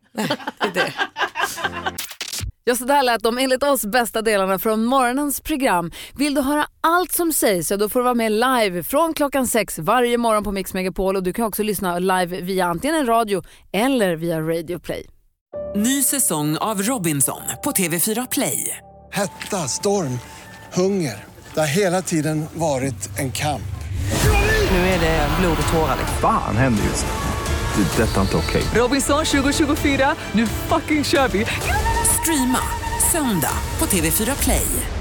Speaker 2: Ja, så där lät de enligt oss bästa delarna från morgonens program. Vill du höra allt som sägs så då får du vara med live från klockan sex varje morgon på Mix Megapol och du kan också lyssna live via antingen en radio eller via Radio Play.
Speaker 13: Ny säsong av Robinson på TV4 Play.
Speaker 23: Hetta, storm, hunger. Det har hela tiden varit en kamp.
Speaker 13: Nu är det blod och tårar.
Speaker 24: Fan händer just nu. Det. är Detta är inte okej.
Speaker 13: Robinson 2024, nu fucking kör vi! Streama söndag på TV4 Play.